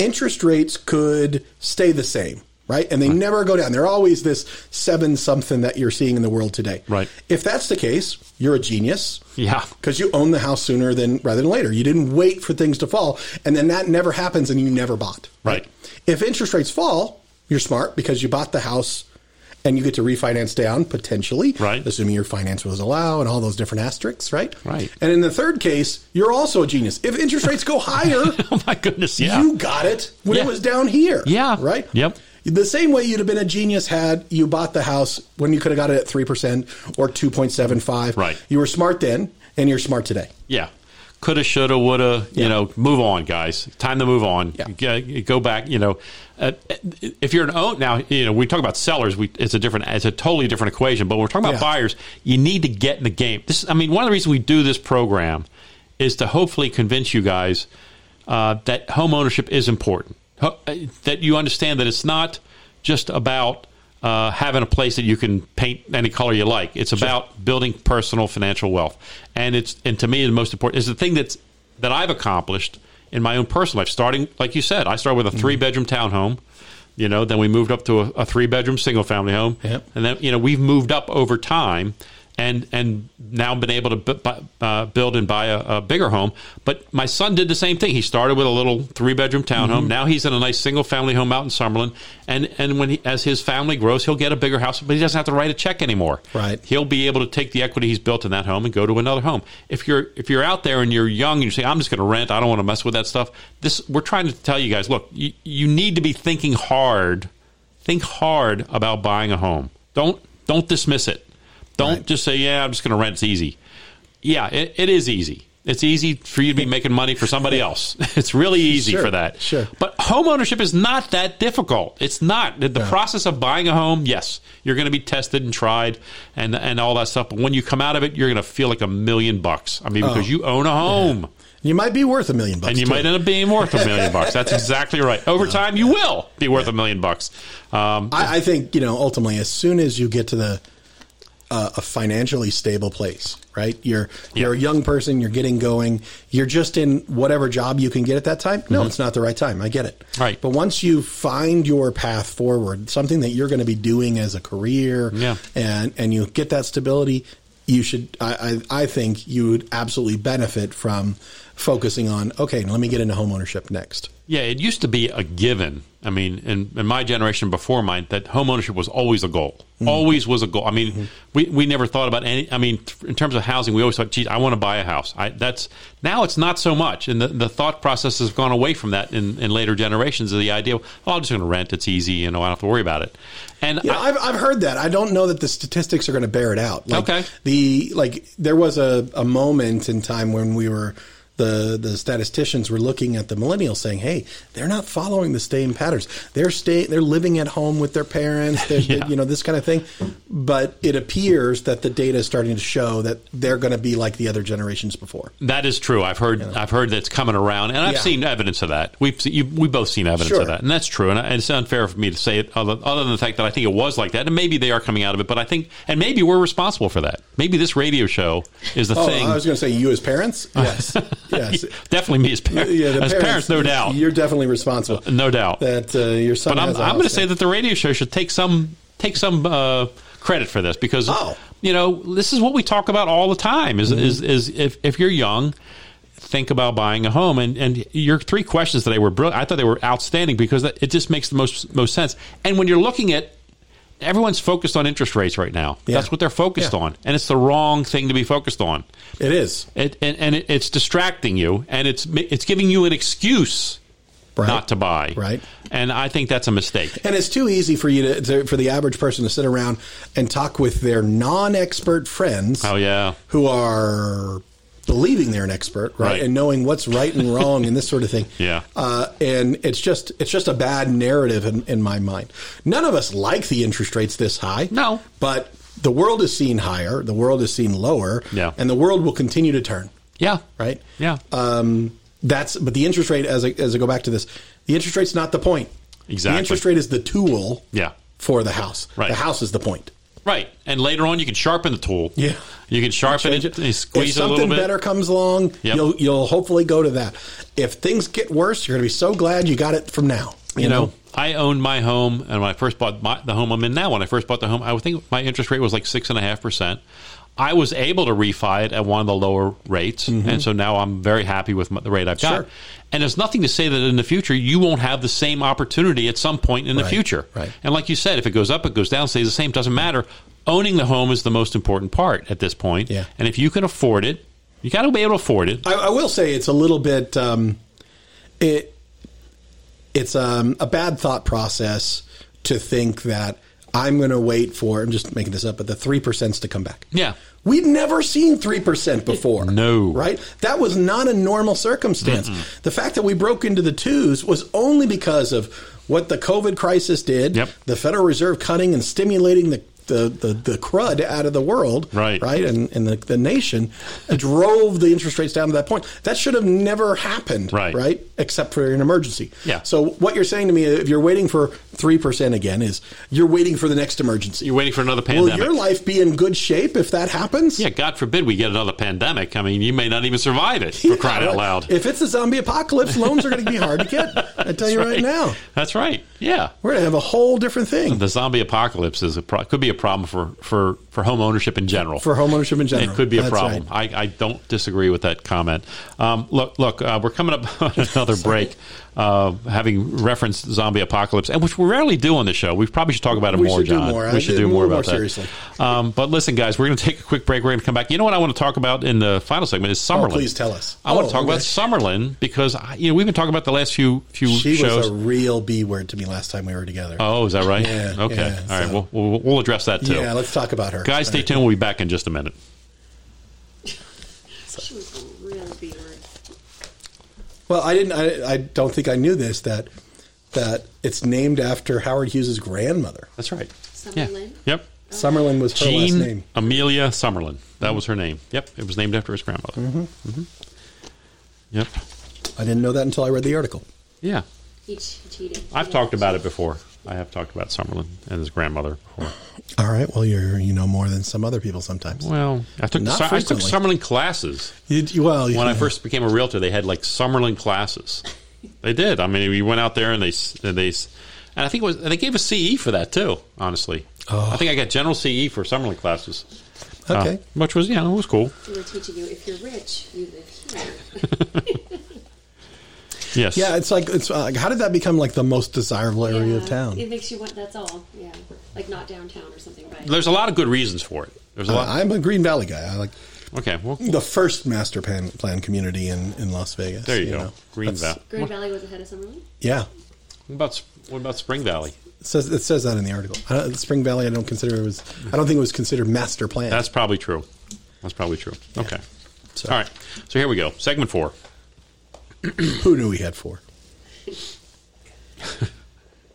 [SPEAKER 2] interest rates could stay the same, right? And they never go down. They're always this seven something that you're seeing in the world today.
[SPEAKER 1] Right.
[SPEAKER 2] If that's the case, you're a genius
[SPEAKER 1] Yeah.
[SPEAKER 2] because you own the house sooner than rather than later. You didn't wait for things to fall, and then that never happens, and you never bought.
[SPEAKER 1] Right.
[SPEAKER 2] If interest rates fall, you're smart because you bought the house, and you get to refinance down potentially.
[SPEAKER 1] Right.
[SPEAKER 2] Assuming your finance was allow and all those different asterisks. Right.
[SPEAKER 1] Right.
[SPEAKER 2] And in the third case, you're also a genius. If interest rates go higher,
[SPEAKER 1] Oh, my goodness. Yeah.
[SPEAKER 2] you got it when
[SPEAKER 1] Yeah.
[SPEAKER 2] it was down here.
[SPEAKER 1] Yeah.
[SPEAKER 2] Right?
[SPEAKER 1] Yep.
[SPEAKER 2] The same way you'd have been a genius had you bought the house when you could have got it at 3% or 2.75.
[SPEAKER 1] Right.
[SPEAKER 2] You were smart then. and you're smart today.
[SPEAKER 1] Yeah. Coulda, shoulda, woulda. You
[SPEAKER 2] Yeah.
[SPEAKER 1] know, move on, guys. Time to move on.
[SPEAKER 2] Yeah.
[SPEAKER 1] G- Go back. You know, uh, if you're an own now, you know we talk about sellers. We it's a different, it's a totally different equation. But when we're talking about
[SPEAKER 2] Yeah.
[SPEAKER 1] buyers. You need to get in the game. This, I mean, one of the reasons we do this program is to hopefully convince you guys uh, that home ownership is important. Ho- uh, that you understand that it's not just about uh, having a place that you can paint any color you like. It's about building personal financial wealth, and it's and to me the most important is the thing that's that I've accomplished in my own personal life. Starting, like you said, I started with a three bedroom townhome. You know, then we moved up to a, a three bedroom single family home,
[SPEAKER 2] Yep.
[SPEAKER 1] and then you know we've moved up over time, and and now been able to bu- bu- uh, build and buy a, a bigger home. But my son did the same thing. He started with a little three bedroom townhome. Now he's in a nice single family home out in Summerlin, and and when he, as his family grows, he'll get a bigger house, but he doesn't have to write a check anymore.
[SPEAKER 2] Right.
[SPEAKER 1] He'll be able to take the equity he's built in that home and go to another home. If you're if you're out there and you're young and you say I'm just going to rent, I don't want to mess with that stuff. This we're trying to tell you guys, look, you, you need to be thinking hard. Think hard about buying a home. Don't don't dismiss it. Don't
[SPEAKER 2] Right.
[SPEAKER 1] just say, yeah, I'm just going to rent. It's easy. Yeah, it, it is easy. It's easy for you to be making money for somebody else. It's really easy
[SPEAKER 2] Sure,
[SPEAKER 1] for that.
[SPEAKER 2] sure.
[SPEAKER 1] But home ownership is not that difficult. It's not the, the process of buying a home. Yes, you're going to be tested and tried, and and all that stuff. But when you come out of it, you're going to feel like a million bucks. I mean, because you own a home,
[SPEAKER 2] You might be worth a million bucks.
[SPEAKER 1] and you
[SPEAKER 2] too.
[SPEAKER 1] might end up being worth a million bucks. That's exactly right. Over time, you will be worth a million bucks. Um,
[SPEAKER 2] I, I think you know ultimately, as soon as you get to the uh, a financially stable place, right? You're you're a young person, you're getting going, you're just in whatever job you can get at that time. No, it's not the right time. I get it.
[SPEAKER 1] Mm-hmm. Right.
[SPEAKER 2] but once you find your path forward, something that you're going to be doing as a career,
[SPEAKER 1] Yeah.
[SPEAKER 2] and and you get that stability. You should, I, I, I think, you would absolutely benefit from focusing on. Okay, let me get into home ownership next.
[SPEAKER 1] Yeah, it used to be a given. I mean, in, in my generation before mine, that homeownership was always a goal. Always was a goal. I mean, we, we never thought about any. I mean, th- in terms of housing, we always thought, "Geez, I want to buy a house." I, that's now it's not so much, and the, the thought process has gone away from that in, in later generations. Of the idea, "Oh, I'm just going to rent. It's easy. You know, I don't have to worry about it." And
[SPEAKER 2] Yeah,
[SPEAKER 1] I,
[SPEAKER 2] I've, I've heard that. I don't know that the statistics are going to bear it out. Like,
[SPEAKER 1] Okay.
[SPEAKER 2] The like there was a, a moment in time when we were the the statisticians were looking at the millennials saying, "Hey, they're not following the same patterns. They're stay they're living at home with their parents. They're,
[SPEAKER 1] Yeah.
[SPEAKER 2] You know this kind of thing." But it appears that the data is starting to show that they're going to be like the other generations before.
[SPEAKER 1] That is true. I've heard. I've heard that's coming around, and I've
[SPEAKER 2] Yeah.
[SPEAKER 1] seen evidence of that. We've se- you, we both seen evidence
[SPEAKER 2] Sure.
[SPEAKER 1] of that, and that's true. And, I- and it's unfair for me to say it, other, other than the fact that I think it was like that, and maybe they are coming out of it. But I think, and maybe we're responsible for that. Maybe this radio show is the
[SPEAKER 2] Oh,
[SPEAKER 1] thing.
[SPEAKER 2] I was going to say you as parents. Yes, yes.
[SPEAKER 1] definitely me as, par-
[SPEAKER 2] Yeah, the
[SPEAKER 1] as parents, no doubt,
[SPEAKER 2] You're definitely responsible.
[SPEAKER 1] no doubt.
[SPEAKER 2] That uh, your son.
[SPEAKER 1] But I'm,
[SPEAKER 2] has a
[SPEAKER 1] I'm going to
[SPEAKER 2] house
[SPEAKER 1] say that the radio show should take some take some uh, credit for this because
[SPEAKER 2] Oh. Mm-hmm.
[SPEAKER 1] you know this is what we talk about all the time. Is is, is if if you're young, think about buying a home. And and your three questions today were brilliant. I thought they were outstanding because that, it just makes the most most sense. And when you're looking at Everyone's focused on interest rates right now.
[SPEAKER 2] Yeah.
[SPEAKER 1] That's what they're focused
[SPEAKER 2] Yeah.
[SPEAKER 1] on, and it's the wrong thing to be focused on.
[SPEAKER 2] It is.
[SPEAKER 1] It, and and it, it's distracting you, and it's it's giving you an excuse
[SPEAKER 2] Right.
[SPEAKER 1] not to buy.
[SPEAKER 2] Right.
[SPEAKER 1] And I think that's a mistake.
[SPEAKER 2] And it's too easy for you to, to for the average person to sit around and talk with their non-expert friends
[SPEAKER 1] Oh yeah,
[SPEAKER 2] who are believing they're an expert, right?
[SPEAKER 1] Right.
[SPEAKER 2] And knowing what's right and wrong and this sort of thing.
[SPEAKER 1] Yeah.
[SPEAKER 2] Uh, and it's just it's just a bad narrative in, in my mind. None of us like the interest rates this high.
[SPEAKER 1] No.
[SPEAKER 2] But the world is seen higher, the world is seen lower,
[SPEAKER 1] Yeah.
[SPEAKER 2] and the world will continue to turn,
[SPEAKER 1] yeah,
[SPEAKER 2] right?
[SPEAKER 1] yeah,
[SPEAKER 2] um, that's but the interest rate as I, as I go back to this, the interest rate's not the point.
[SPEAKER 1] Exactly.
[SPEAKER 2] the interest rate is the tool.
[SPEAKER 1] Yeah.
[SPEAKER 2] for the house.
[SPEAKER 1] Right.
[SPEAKER 2] the house is the point.
[SPEAKER 1] right. And later on, you can sharpen the tool.
[SPEAKER 2] Yeah.
[SPEAKER 1] you can sharpen it, and
[SPEAKER 2] if
[SPEAKER 1] squeeze it a
[SPEAKER 2] something
[SPEAKER 1] little bit.
[SPEAKER 2] better comes along,
[SPEAKER 1] Yep.
[SPEAKER 2] you'll you'll hopefully go to that. If things get worse, you're going to be so glad you got it from now.
[SPEAKER 1] you know, I owned my home, and when I first bought my, the home I'm in now, when I first bought the home, I would think my interest rate was like six and a half percent. I was able to refi it at one of the lower rates, and so now I'm very happy with my, the rate I've got.
[SPEAKER 2] Mm-hmm. Sure.
[SPEAKER 1] And there's nothing to say that in the future you won't have the same opportunity at some point in the
[SPEAKER 2] Right,
[SPEAKER 1] future.
[SPEAKER 2] right.
[SPEAKER 1] And like you said, if it goes up, it goes down, stays the same, doesn't matter. Owning the home is the most important part at this point.
[SPEAKER 2] Yeah.
[SPEAKER 1] And if you can afford it, you got to be able to afford it.
[SPEAKER 2] I, I will say it's a little bit um, it it's um, a bad thought process to think that I'm going to wait for. I'm just making this up, but the three percent's to come back.
[SPEAKER 1] Yeah.
[SPEAKER 2] We'd never seen 3% before.
[SPEAKER 1] No.
[SPEAKER 2] Right? That was not a normal circumstance. The fact that we broke into the twos was only because of what the COVID crisis did,
[SPEAKER 1] Yep.
[SPEAKER 2] the Federal Reserve cutting and stimulating the the, the, the crud out of the world,
[SPEAKER 1] Right.
[SPEAKER 2] right, and, and the, the nation drove the interest rates down to that point. That should have never happened,
[SPEAKER 1] Right.
[SPEAKER 2] right, except for an emergency.
[SPEAKER 1] Yeah.
[SPEAKER 2] So what you're saying to me, if you're waiting for three percent again, is you're waiting for the next emergency.
[SPEAKER 1] You're waiting for another
[SPEAKER 2] Will
[SPEAKER 1] pandemic.
[SPEAKER 2] your life be in good shape if that happens?
[SPEAKER 1] yeah, God forbid we get another pandemic. I mean, you may not even survive it for crying out loud.
[SPEAKER 2] If it's a zombie apocalypse, loans are going to be hard to get. I tell you right. now,
[SPEAKER 1] That's right. Yeah.
[SPEAKER 2] we're going to have a whole different thing
[SPEAKER 1] The zombie apocalypse is a pro- could be a problem for, for, for home ownership in general.
[SPEAKER 2] for homeownership in general.
[SPEAKER 1] It could be a
[SPEAKER 2] That's
[SPEAKER 1] problem.
[SPEAKER 2] right.
[SPEAKER 1] I, I don't disagree with that comment. Um, look, look, uh, we're coming up on another break, uh, having referenced zombie apocalypse, and which we rarely do on the show. We probably should talk about it
[SPEAKER 2] We
[SPEAKER 1] more,
[SPEAKER 2] should do
[SPEAKER 1] John.
[SPEAKER 2] more. I
[SPEAKER 1] We should
[SPEAKER 2] should-
[SPEAKER 1] do more
[SPEAKER 2] more
[SPEAKER 1] about that.
[SPEAKER 2] seriously.
[SPEAKER 1] Um, but listen, guys, we're going to take a quick break. We're going to come back. You know what I want to talk about in the final segment is Summerlin.
[SPEAKER 2] Oh, please tell us.
[SPEAKER 1] I want
[SPEAKER 2] Oh,
[SPEAKER 1] to talk about
[SPEAKER 2] okay.
[SPEAKER 1] Summerlin because I, you know we've been talking about the last few few
[SPEAKER 2] She
[SPEAKER 1] shows.
[SPEAKER 2] was a real B word to me last time we were together.
[SPEAKER 1] oh, is that right?
[SPEAKER 2] Yeah,
[SPEAKER 1] okay.
[SPEAKER 2] yeah,
[SPEAKER 1] All right.
[SPEAKER 2] so-
[SPEAKER 1] We'll, we'll we'll address that too.
[SPEAKER 2] yeah, let's talk about her.
[SPEAKER 1] guys, stay tuned. We'll be back in just a minute.
[SPEAKER 3] She was a real beaver.
[SPEAKER 2] Well, I didn't. I, I don't think I knew this that that it's named after Howard Hughes' grandmother.
[SPEAKER 1] That's right.
[SPEAKER 3] Summerlin?
[SPEAKER 1] Yeah. Yep.
[SPEAKER 2] Summerlin was her
[SPEAKER 1] Jean
[SPEAKER 2] last name.
[SPEAKER 1] Amelia Summerlin. That was her name. Yep, it was named after his grandmother. Mm-hmm. Yep.
[SPEAKER 2] I didn't know that until I read the article.
[SPEAKER 1] Yeah,
[SPEAKER 3] He ch- cheated.
[SPEAKER 1] I've talked about it before. I have talked about Summerlin and his grandmother before.
[SPEAKER 2] All right. Well, you're you know more than some other people sometimes.
[SPEAKER 1] Well, I took
[SPEAKER 2] Not
[SPEAKER 1] Su- I took
[SPEAKER 2] frequently.
[SPEAKER 1] Summerlin classes
[SPEAKER 2] You, you- well,
[SPEAKER 1] when I first became a realtor. They had like Summerlin classes. They did. I mean, we went out there and they s- and they s- and I think it was they gave a CE for that too. Honestly, I think I got general CE for Summerlin classes. Uh,
[SPEAKER 2] Oh. okay.
[SPEAKER 1] which was yeah, it was cool.
[SPEAKER 3] They were teaching you if you're rich, you live here.
[SPEAKER 1] Yes.
[SPEAKER 2] yeah, it's like it's uh, how did that become like the most desirable area of
[SPEAKER 3] Yeah,
[SPEAKER 2] town?
[SPEAKER 3] It makes you want. That's all. Yeah, like not downtown or something, right?
[SPEAKER 1] There's a lot of good reasons for it. There's a
[SPEAKER 2] Uh,
[SPEAKER 1] lot.
[SPEAKER 2] I'm a Green Valley guy. I like
[SPEAKER 1] Okay, well,
[SPEAKER 2] the first master plan, plan community in, in Las Vegas.
[SPEAKER 1] there you, go.
[SPEAKER 2] know.
[SPEAKER 1] Green
[SPEAKER 2] That's-
[SPEAKER 1] Valley.
[SPEAKER 3] Grand Valley was ahead of Summerlin.
[SPEAKER 2] Yeah.
[SPEAKER 1] What about what about Spring Valley?
[SPEAKER 2] It says, it says that in the article. I don't, Spring Valley, I don't consider it was. I don't think it was considered master plan.
[SPEAKER 1] That's probably true. That's probably true. Okay. All right. So here we go. Segment four.
[SPEAKER 2] Who knew we had four?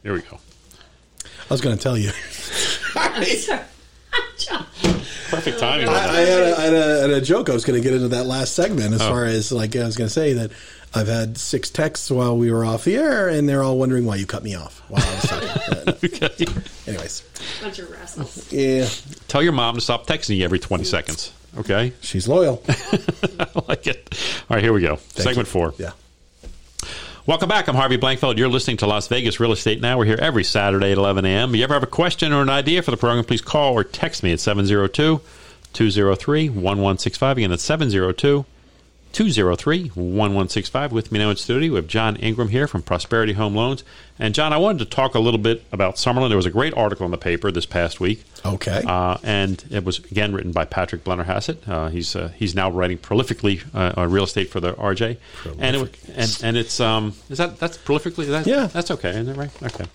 [SPEAKER 1] Here we go.
[SPEAKER 2] I was going to tell you.
[SPEAKER 1] Perfect timing.
[SPEAKER 2] I, I, had a, I, had a, I had a joke I was going to get into that last segment as
[SPEAKER 1] Oh.
[SPEAKER 2] far as like I was going to say that I've had six texts while we were off the air, and they're all wondering why you cut me off while I was talking. Uh,
[SPEAKER 1] Okay.
[SPEAKER 2] Anyways,
[SPEAKER 3] Bunch of rascals.
[SPEAKER 2] yeah,
[SPEAKER 1] Tell your mom to stop texting you every 20 seconds. Okay.
[SPEAKER 2] she's loyal.
[SPEAKER 1] I like it. All right. Here we go. segment
[SPEAKER 2] you.
[SPEAKER 1] four.
[SPEAKER 2] Yeah,
[SPEAKER 1] Welcome back. I'm Harvey Blankfeld. You're listening to Las Vegas Real Estate Now. We're here every Saturday at 11 a.m. If you ever have a question or an idea for the program, please call or text me at 702 203 1165. Again, that's 702 203 1165. With me now in studio, we have John Ingram here from Prosperity Home Loans. And, John, I wanted to talk a little bit about Summerlin. There was a great article in the paper this past week.
[SPEAKER 2] Okay.
[SPEAKER 1] Uh, and it was again written by Patrick Blennerhassett. Uh, he's uh, he's now writing prolifically uh, on real estate for the RJ, and it, was- and and it's um is that that's prolifically is that
[SPEAKER 2] Yeah.
[SPEAKER 1] that's okay isn't that right okay,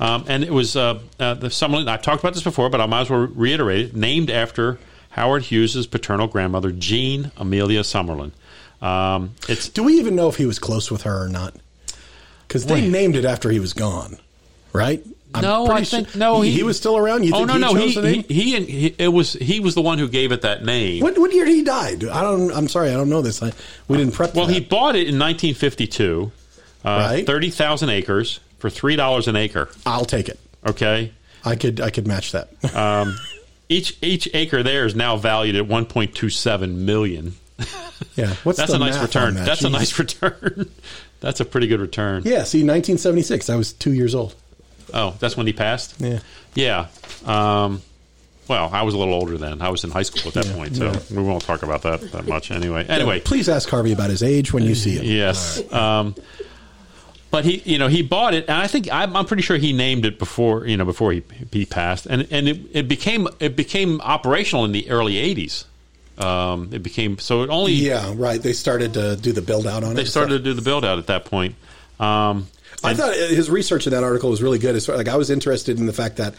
[SPEAKER 1] um, and it was uh, uh, the Summerlin I've talked about this before but I might as well reiterate it named after Howard Hughes's paternal grandmother Jean Amelia Summerlin. Um, it's
[SPEAKER 2] Do we even know if he was close with her or not? Because they
[SPEAKER 1] Wait.
[SPEAKER 2] named it after he was gone, right? I'm
[SPEAKER 1] No,
[SPEAKER 2] pretty
[SPEAKER 1] I think-
[SPEAKER 2] sure-
[SPEAKER 1] no,
[SPEAKER 2] He,
[SPEAKER 1] he-
[SPEAKER 2] he was still around. You
[SPEAKER 1] oh
[SPEAKER 2] think
[SPEAKER 1] no no
[SPEAKER 2] he chose the
[SPEAKER 1] he,
[SPEAKER 2] name?
[SPEAKER 1] he, he, he it was he was the one who gave it that name.
[SPEAKER 2] What, what year did he die? Do- I don't. I'm sorry, I don't know this. I, we didn't prep.
[SPEAKER 1] Well,
[SPEAKER 2] for
[SPEAKER 1] he
[SPEAKER 2] that.
[SPEAKER 1] bought it in 1952, uh,
[SPEAKER 2] Right.
[SPEAKER 1] 30,000 acres for $3 an acre,
[SPEAKER 2] I'll take it.
[SPEAKER 1] okay?
[SPEAKER 2] I could. I could match that.
[SPEAKER 1] Uh, Each each acre there is now valued at 1.27 million.
[SPEAKER 2] yeah. What's
[SPEAKER 1] That's
[SPEAKER 2] the
[SPEAKER 1] a nice
[SPEAKER 2] math
[SPEAKER 1] return.
[SPEAKER 2] on that?
[SPEAKER 1] That's a
[SPEAKER 2] Jeez.
[SPEAKER 1] nice return. that's a pretty good return.
[SPEAKER 2] Yeah. See, 1976. I was two years old.
[SPEAKER 1] Oh, that's when he passed?
[SPEAKER 2] Yeah.
[SPEAKER 1] Yeah. Um, well, I was a little older then. I was in high school at that
[SPEAKER 2] Yeah,
[SPEAKER 1] point, so we won't talk about that that much anyway. Anyway,
[SPEAKER 2] Please ask Harvey about his age when you see him.
[SPEAKER 1] Yes. Um, but he, you know, he bought it, and I think I'm, I'm pretty sure he named it before, you know, before he he passed, and and it, it became it became operational in the early '80s. Um, it became so it only
[SPEAKER 2] Yeah. Right. They started to do the build out on it.
[SPEAKER 1] they
[SPEAKER 2] and
[SPEAKER 1] started to
[SPEAKER 2] stuff.
[SPEAKER 1] do the build out at that point. Um,
[SPEAKER 2] I thought his research in that article was really good. As far, like I was interested in the fact that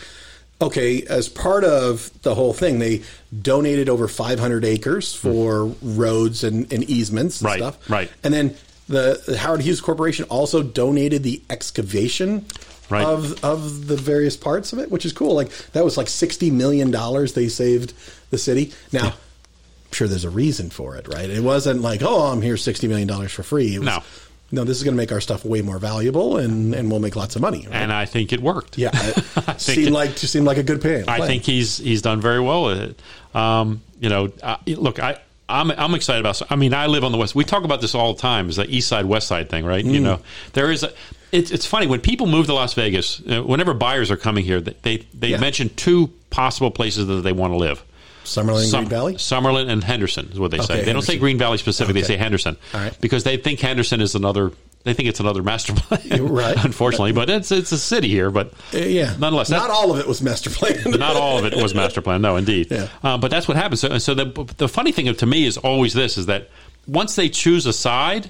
[SPEAKER 2] okay, as part of the whole thing, they donated over 500 acres for roads and, and easements
[SPEAKER 1] Hmm.
[SPEAKER 2] and
[SPEAKER 1] Right,
[SPEAKER 2] stuff.
[SPEAKER 1] right.
[SPEAKER 2] And then the, the Howard Hughes Corporation also donated the excavation
[SPEAKER 1] Right.
[SPEAKER 2] of of the various parts of it, which is cool. Like that was like 60 million dollars they saved the city. Now. I'm sure there's a reason for it, right? It wasn't like, oh, I'm here $60 million for free. It was,
[SPEAKER 1] No.
[SPEAKER 2] No, this is going to make our stuff way more valuable and, and we'll make lots of money. right?
[SPEAKER 1] and I think it worked.
[SPEAKER 2] Yeah,
[SPEAKER 1] I
[SPEAKER 2] it
[SPEAKER 1] think
[SPEAKER 2] seemed
[SPEAKER 1] it-
[SPEAKER 2] like just seemed like a good plan.
[SPEAKER 1] I
[SPEAKER 2] plan.
[SPEAKER 1] think he's he's done very well with it. Um, you know, I, look, I. I'm, I'm excited about. I mean, I live on the west. We talk about this all the time. Is the east side west side thing, right?
[SPEAKER 2] Mm.
[SPEAKER 1] You know, there is. A, it's it's funny when people move to Las Vegas. uh, Whenever buyers are coming here, they they, they
[SPEAKER 2] Yeah.
[SPEAKER 1] mention two possible places that they want to live.
[SPEAKER 2] Summerlin and
[SPEAKER 1] Sum-
[SPEAKER 2] Green Valley.
[SPEAKER 1] Summerlin and Henderson is what they say.
[SPEAKER 2] Okay,
[SPEAKER 1] They don't say
[SPEAKER 2] Henderson.
[SPEAKER 1] Green Valley specifically;
[SPEAKER 2] Okay.
[SPEAKER 1] they say Henderson,
[SPEAKER 2] All right.
[SPEAKER 1] because they think Henderson is another. They think it's another master plan,
[SPEAKER 2] Right.
[SPEAKER 1] Unfortunately, but it's it's a city here, but
[SPEAKER 2] Uh, yeah,
[SPEAKER 1] nonetheless, that-
[SPEAKER 2] not all of it was master planned.
[SPEAKER 1] not all of it was master plan. No, indeed.
[SPEAKER 2] Yeah.
[SPEAKER 1] Uh, but that's what happens. So, so the, the funny thing to me is always this: is that once they choose a side,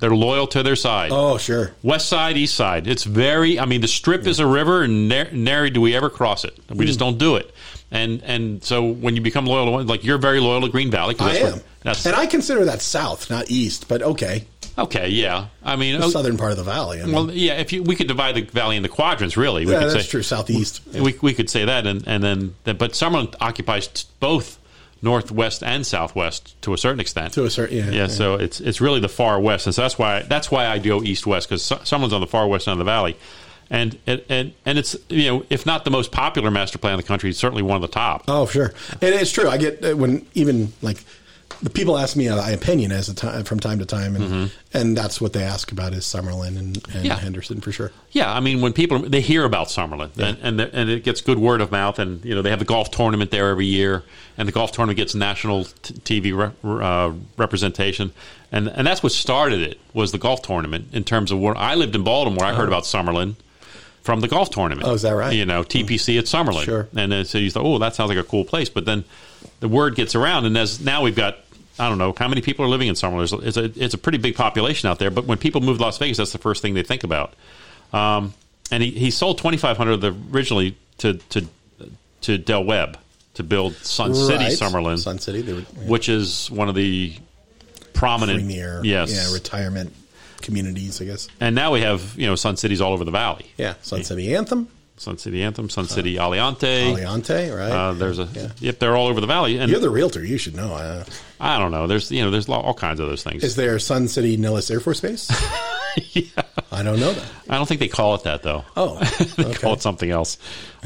[SPEAKER 1] they're loyal to their side.
[SPEAKER 2] oh, sure.
[SPEAKER 1] West side, east side. It's very. I mean, the Strip is a river, and nar- nary do we ever cross it. We
[SPEAKER 2] Hmm.
[SPEAKER 1] just don't do it. And and so when you become loyal to one, like you're very loyal to Green Valley. 'cause
[SPEAKER 2] I
[SPEAKER 1] that's where-
[SPEAKER 2] am,
[SPEAKER 1] that's
[SPEAKER 2] and I consider that south, not east. But okay,
[SPEAKER 1] okay. Yeah. I mean,
[SPEAKER 2] the
[SPEAKER 1] oh,
[SPEAKER 2] southern part of the valley. I mean,
[SPEAKER 1] well, yeah. If you, we could divide the valley into quadrants, really, we
[SPEAKER 2] yeah,
[SPEAKER 1] could
[SPEAKER 2] that's
[SPEAKER 1] say,
[SPEAKER 2] true. Southeast.
[SPEAKER 1] we, we could say that, and, and then but Summerlin occupies t- both northwest and southwest to a certain extent.
[SPEAKER 2] To a certain- yeah,
[SPEAKER 1] yeah.
[SPEAKER 2] yeah.
[SPEAKER 1] So it's it's really the far west, and so that's why that's why I go east west because Summerlin's on the far west end of the valley, and and and and it's you know if not the most popular master plan in the country, it's certainly one of the top.
[SPEAKER 2] Oh, sure, and it's true. I get uh, when even like the people ask me uh, my opinion as a time from time to time, and and that's what they ask about is Summerlin and, and
[SPEAKER 1] Mm-hmm. Yeah.
[SPEAKER 2] Henderson for sure.
[SPEAKER 1] Yeah, I mean, when people they hear about Summerlin, and and, the, and it gets good word of mouth, and you know they have the golf tournament there every year, and the golf tournament gets national t- TV re- uh, representation, and and that's what started it was the golf tournament in terms of where I lived in Baltimore, I heard about Summerlin from the golf tournament.
[SPEAKER 2] Oh, is that right?
[SPEAKER 1] You know, TPC at Summerlin,
[SPEAKER 2] Sure.
[SPEAKER 1] and then, so you thought, oh, that sounds like a cool place, but then the word gets around, and as now we've got. I don't know how many people are living in Summerlin. There's- It's a, it's a pretty big population out there, but when people move to Las Vegas, that's the first thing they think about. Um, and he, he sold 2,500 of the originally to, to, to Del Webb to build Sun City
[SPEAKER 2] Right.
[SPEAKER 1] Summerlin,
[SPEAKER 2] Sun City, they were yeah,
[SPEAKER 1] which is one of the prominent.
[SPEAKER 2] premier,
[SPEAKER 1] yes.
[SPEAKER 2] yeah, retirement communities, I guess.
[SPEAKER 1] and now we have, you know, Sun Cities all over the valley.
[SPEAKER 2] Yeah, Sun City Anthem,
[SPEAKER 1] Sun City Anthem, Sun City Aliante.
[SPEAKER 2] Aliante, right?
[SPEAKER 1] Uh, there's a
[SPEAKER 2] Yeah.
[SPEAKER 1] yep. They're all over the valley, and
[SPEAKER 2] You're the realtor. You should know. Uh,
[SPEAKER 1] I don't know. There's you know there's lo- all kinds of those things.
[SPEAKER 2] is there Sun City Nellis Air Force Base? I don't know that.
[SPEAKER 1] I don't think they call it that though.
[SPEAKER 2] Oh,
[SPEAKER 1] they call
[SPEAKER 2] okay.
[SPEAKER 1] it something else.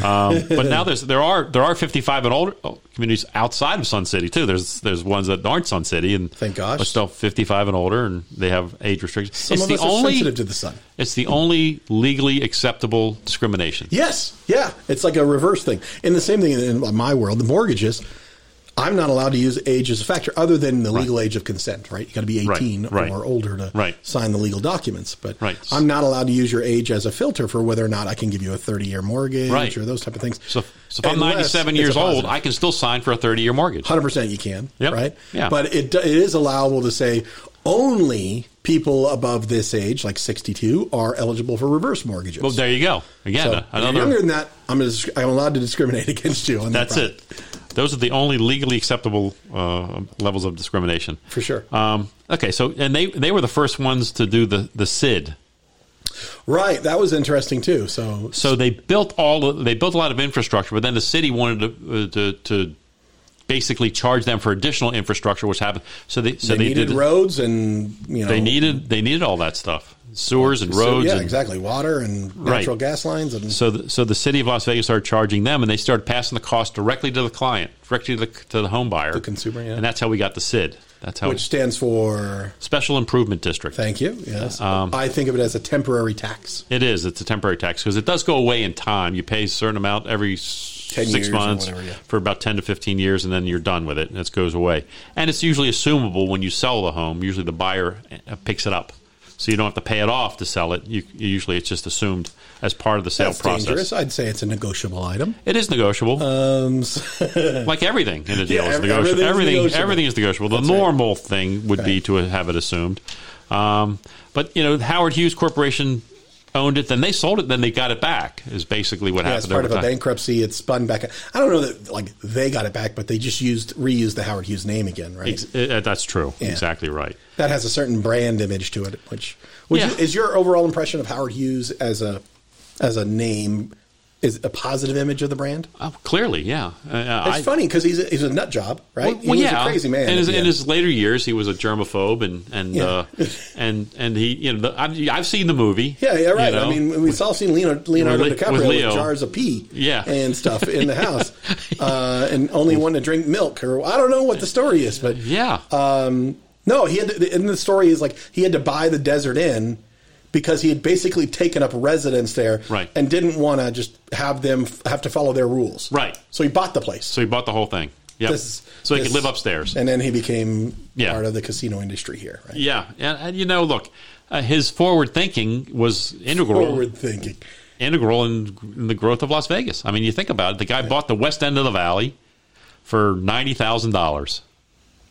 [SPEAKER 1] Um, but now there's there are there are 55 and older oh, communities outside of Sun City too. There's there's ones that aren't Sun City and
[SPEAKER 2] Thank gosh.
[SPEAKER 1] but still 55 and older and they have age restrictions.
[SPEAKER 2] Some
[SPEAKER 1] it's
[SPEAKER 2] of
[SPEAKER 1] the
[SPEAKER 2] us are
[SPEAKER 1] only
[SPEAKER 2] sensitive to the sun.
[SPEAKER 1] it's the only legally acceptable discrimination.
[SPEAKER 2] Yes, yeah, it's like a reverse thing. And the same thing in in my world, the mortgages. I'm not allowed to use age as a factor, other than the legal age of consent. Right, you got to be 18
[SPEAKER 1] Right, right.
[SPEAKER 2] or older to
[SPEAKER 1] Right.
[SPEAKER 2] sign the legal documents. But
[SPEAKER 1] Right.
[SPEAKER 2] I'm not allowed to use your age as a filter for whether or not I can give you a 30 year mortgage
[SPEAKER 1] Right.
[SPEAKER 2] or those type of things.
[SPEAKER 1] So, so if I'm
[SPEAKER 2] Unless
[SPEAKER 1] 97
[SPEAKER 2] it's a
[SPEAKER 1] years old,
[SPEAKER 2] positive.
[SPEAKER 1] I can still sign for a 30 year mortgage.
[SPEAKER 2] Hundred percent, you can.
[SPEAKER 1] Yep.
[SPEAKER 2] Right.
[SPEAKER 1] Yeah.
[SPEAKER 2] But it it is allowable to say only people above this age, like sixty-two, are eligible for reverse mortgages.
[SPEAKER 1] Well, Oh, there you go. Again,
[SPEAKER 2] So, if
[SPEAKER 1] another
[SPEAKER 2] you're younger than that, I'm gonna, disc- I'm allowed to discriminate against you. On that
[SPEAKER 1] That's
[SPEAKER 2] product.
[SPEAKER 1] it. Those are the only legally acceptable uh, levels of discrimination
[SPEAKER 2] For sure.
[SPEAKER 1] Um, okay, so and they they were the first ones to do the the SID.
[SPEAKER 2] Right. That was interesting too. So
[SPEAKER 1] So they built all of, they built a lot of infrastructure, but then the city wanted to uh, to, to basically charge them for additional infrastructure, which happened. So they so
[SPEAKER 2] they,
[SPEAKER 1] they,
[SPEAKER 2] needed
[SPEAKER 1] did
[SPEAKER 2] roads and you know
[SPEAKER 1] they needed they needed all that stuff, sewers and roads.
[SPEAKER 2] yeah
[SPEAKER 1] and,
[SPEAKER 2] exactly water and
[SPEAKER 1] Right.
[SPEAKER 2] natural gas lines and
[SPEAKER 1] So, the, so the city of Las Vegas started charging them, and they started passing the cost directly to the client, directly to the, to the home buyer, the
[SPEAKER 2] consumer, yeah.
[SPEAKER 1] and that's how we got the SID. That's how
[SPEAKER 2] which stands for
[SPEAKER 1] Special Improvement District.
[SPEAKER 2] thank you. Yes.
[SPEAKER 1] um,
[SPEAKER 2] I think of it as a temporary tax.
[SPEAKER 1] It is. It's a temporary tax because it does go away in time. You pay a certain amount every s- six
[SPEAKER 2] years or
[SPEAKER 1] months
[SPEAKER 2] whatever, yeah.
[SPEAKER 1] for about 10 to 15 years, and then you're done with it, and it goes away. And it's usually assumable when you sell the home. Usually the buyer uh, picks it up. So you don't have to pay it off to sell it. You, usually it's just assumed as part of the sale
[SPEAKER 2] That's
[SPEAKER 1] process.
[SPEAKER 2] dangerous. I'd say it's a negotiable item.
[SPEAKER 1] It is negotiable.
[SPEAKER 2] Um,
[SPEAKER 1] like everything in a deal
[SPEAKER 2] Yeah,
[SPEAKER 1] is
[SPEAKER 2] ev-
[SPEAKER 1] negotiable.
[SPEAKER 2] everything is
[SPEAKER 1] Everything,
[SPEAKER 2] negotiable.
[SPEAKER 1] everything is negotiable. The
[SPEAKER 2] That's right.
[SPEAKER 1] normal thing would be
[SPEAKER 2] Right.
[SPEAKER 1] to have it assumed, um, but you know, Howard Hughes Corporation owned it, then they sold it, then they got it back. Is basically what
[SPEAKER 2] Yeah,
[SPEAKER 1] happened.
[SPEAKER 2] as part of
[SPEAKER 1] over
[SPEAKER 2] a
[SPEAKER 1] time.
[SPEAKER 2] bankruptcy, it's spun back. I don't know that like they got it back, but they just used reused the Howard Hughes name again, right?
[SPEAKER 1] Ex- uh, that's true.
[SPEAKER 2] Yeah.
[SPEAKER 1] Exactly right.
[SPEAKER 2] that has a certain brand image to it. Which, which
[SPEAKER 1] Yeah.
[SPEAKER 2] is your overall impression of Howard Hughes as a as a name is a positive image of the brand?
[SPEAKER 1] Oh, clearly, yeah. Uh,
[SPEAKER 2] It's
[SPEAKER 1] I-
[SPEAKER 2] funny because he's a, he's a nut job, right?
[SPEAKER 1] Well,
[SPEAKER 2] he
[SPEAKER 1] well,
[SPEAKER 2] was
[SPEAKER 1] yeah,
[SPEAKER 2] a crazy man.
[SPEAKER 1] In
[SPEAKER 2] at
[SPEAKER 1] his,
[SPEAKER 2] the
[SPEAKER 1] in
[SPEAKER 2] end.
[SPEAKER 1] his later years, he was a germaphobe, and and uh, and and he, you know, the, I've, I've seen the movie.
[SPEAKER 2] yeah, yeah, right.
[SPEAKER 1] you know.
[SPEAKER 2] I mean, we've all seen Leonardo, Leonardo
[SPEAKER 1] with Le-
[SPEAKER 2] DiCaprio
[SPEAKER 1] with
[SPEAKER 2] with,
[SPEAKER 1] Leo.
[SPEAKER 2] jars of pee,
[SPEAKER 1] Yeah.
[SPEAKER 2] and stuff in the house, uh, and only one to drink milk, or I don't know what the story is, but
[SPEAKER 1] yeah,
[SPEAKER 2] Um, no, he had. To, and the story is like he had to buy the desert inn because he had basically taken up residence there,
[SPEAKER 1] Right.
[SPEAKER 2] And didn't want to just have them f- have to follow their rules,
[SPEAKER 1] Right.
[SPEAKER 2] So he bought the place,
[SPEAKER 1] so he bought the whole thing. Yeah,
[SPEAKER 2] This-
[SPEAKER 1] so he
[SPEAKER 2] this-
[SPEAKER 1] could live upstairs.
[SPEAKER 2] and then he became
[SPEAKER 1] Yeah.
[SPEAKER 2] part of the casino industry here. Right?
[SPEAKER 1] yeah, and, and you know, look, uh, his forward thinking was integral.
[SPEAKER 2] Forward thinking.
[SPEAKER 1] integral in, in the growth of Las Vegas. I mean, you think about it. The guy bought the west end of the valley for ninety thousand dollars.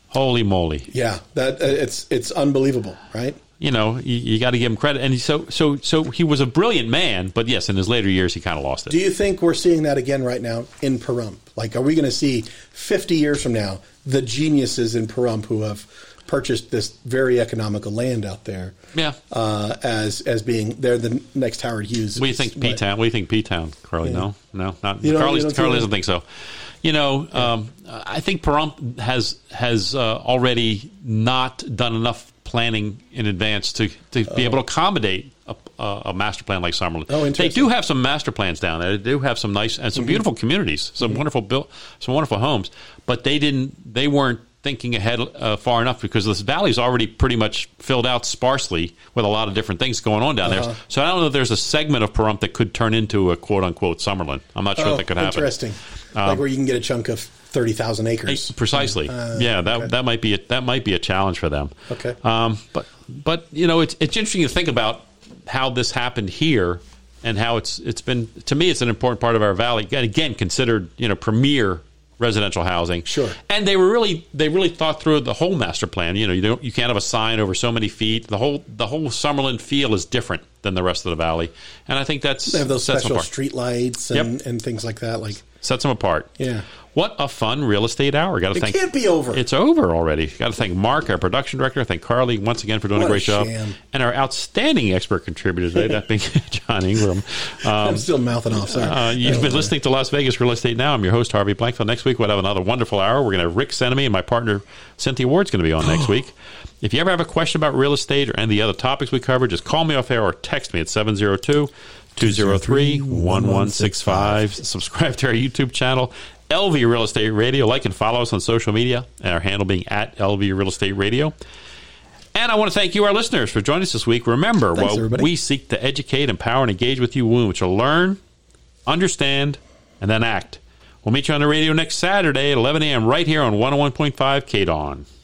[SPEAKER 1] Holy moly!
[SPEAKER 2] Yeah, that uh, it's it's unbelievable, right?
[SPEAKER 1] You know, you, you got to give him credit. And he- so, so, so he was a brilliant man. But yes, in his later years, he kind of lost it.
[SPEAKER 2] Do you think we're seeing that again right now in Pahrump? Like, are we going to see 50 years from now the geniuses in Pahrump who have purchased this very economical land out there?
[SPEAKER 1] Yeah.
[SPEAKER 2] Uh, as as being they're the next Howard Hughes.
[SPEAKER 1] what do you think, P Town? What do you think, P Town? Carly,
[SPEAKER 2] Yeah.
[SPEAKER 1] no, no, not
[SPEAKER 2] You don't-
[SPEAKER 1] Carly's,
[SPEAKER 2] you don't
[SPEAKER 1] Carly
[SPEAKER 2] think-
[SPEAKER 1] doesn't think so. You know, um, I think Pahrump has has uh, already not done enough planning in advance to, to be able to accommodate a, a a master plan like Summerlin.
[SPEAKER 2] Oh,
[SPEAKER 1] they
[SPEAKER 2] interesting.
[SPEAKER 1] do
[SPEAKER 2] Mm-hmm.
[SPEAKER 1] have some master plans down there. They do have some nice and some beautiful communities, some wonderful built, some wonderful homes. But they didn't. They weren't thinking ahead uh, far enough because this valley's already pretty much filled out sparsely with a lot of different things going on down
[SPEAKER 2] Uh-huh.
[SPEAKER 1] there. So I don't know if there's a segment of Pahrump that could turn into a quote unquote Summerlin. I'm not sure
[SPEAKER 2] Oh,
[SPEAKER 1] if that could happen. Um,
[SPEAKER 2] Interesting. like where you can get a chunk of 30,000 acres.
[SPEAKER 1] Precisely. yeah, that that might be a, that might be a challenge for them.
[SPEAKER 2] Uh, Okay.
[SPEAKER 1] Um, but but you know, it's it's interesting to think about how this happened here and how it's it's been to me it's an important part of our valley and again considered you know premier residential housing
[SPEAKER 2] Sure.
[SPEAKER 1] and they were really they really thought through the whole master plan you know you don't you can't have a sign over so many feet the whole the whole summerlin feel is different than the rest of the valley and i think that's
[SPEAKER 2] They have those
[SPEAKER 1] sets them
[SPEAKER 2] special
[SPEAKER 1] apart.
[SPEAKER 2] street lights and,
[SPEAKER 1] Yep.
[SPEAKER 2] and things like that. Like
[SPEAKER 1] sets them apart
[SPEAKER 2] Yeah.
[SPEAKER 1] what a fun real estate hour got to
[SPEAKER 2] it
[SPEAKER 1] thank
[SPEAKER 2] can't be over.
[SPEAKER 1] it's over already. Got to thank Mark, our production director. Thank Carly once again for doing
[SPEAKER 2] What
[SPEAKER 1] a
[SPEAKER 2] a
[SPEAKER 1] great job,
[SPEAKER 2] sham.
[SPEAKER 1] and our outstanding expert contributor today, that being John Ingram. Um,
[SPEAKER 2] I'm still mouthing off. Sorry.
[SPEAKER 1] uh, you've been listening to Las Vegas Real Estate Now. I'm your host Harvey Blankfield. Next week we'll have another wonderful hour. We're going to have Rick Senemy and my partner Cynthia Ward's going to be on next week. If you ever have a question about real estate or any of the other topics we cover, just call me off air or text me at 702 203 1165. Subscribe to our YouTube channel, LV Real Estate Radio. Like and follow us on social media, and our handle being at LV Real Estate Radio. And I want to thank you, our listeners, for joining us this week. Remember,
[SPEAKER 2] Thanks,
[SPEAKER 1] while
[SPEAKER 2] everybody.
[SPEAKER 1] we seek to educate, empower, and engage with you, we want you to learn, understand, oh and then act. We'll meet you on the radio next Saturday at 11 a.m. right here on 101.5 KDON.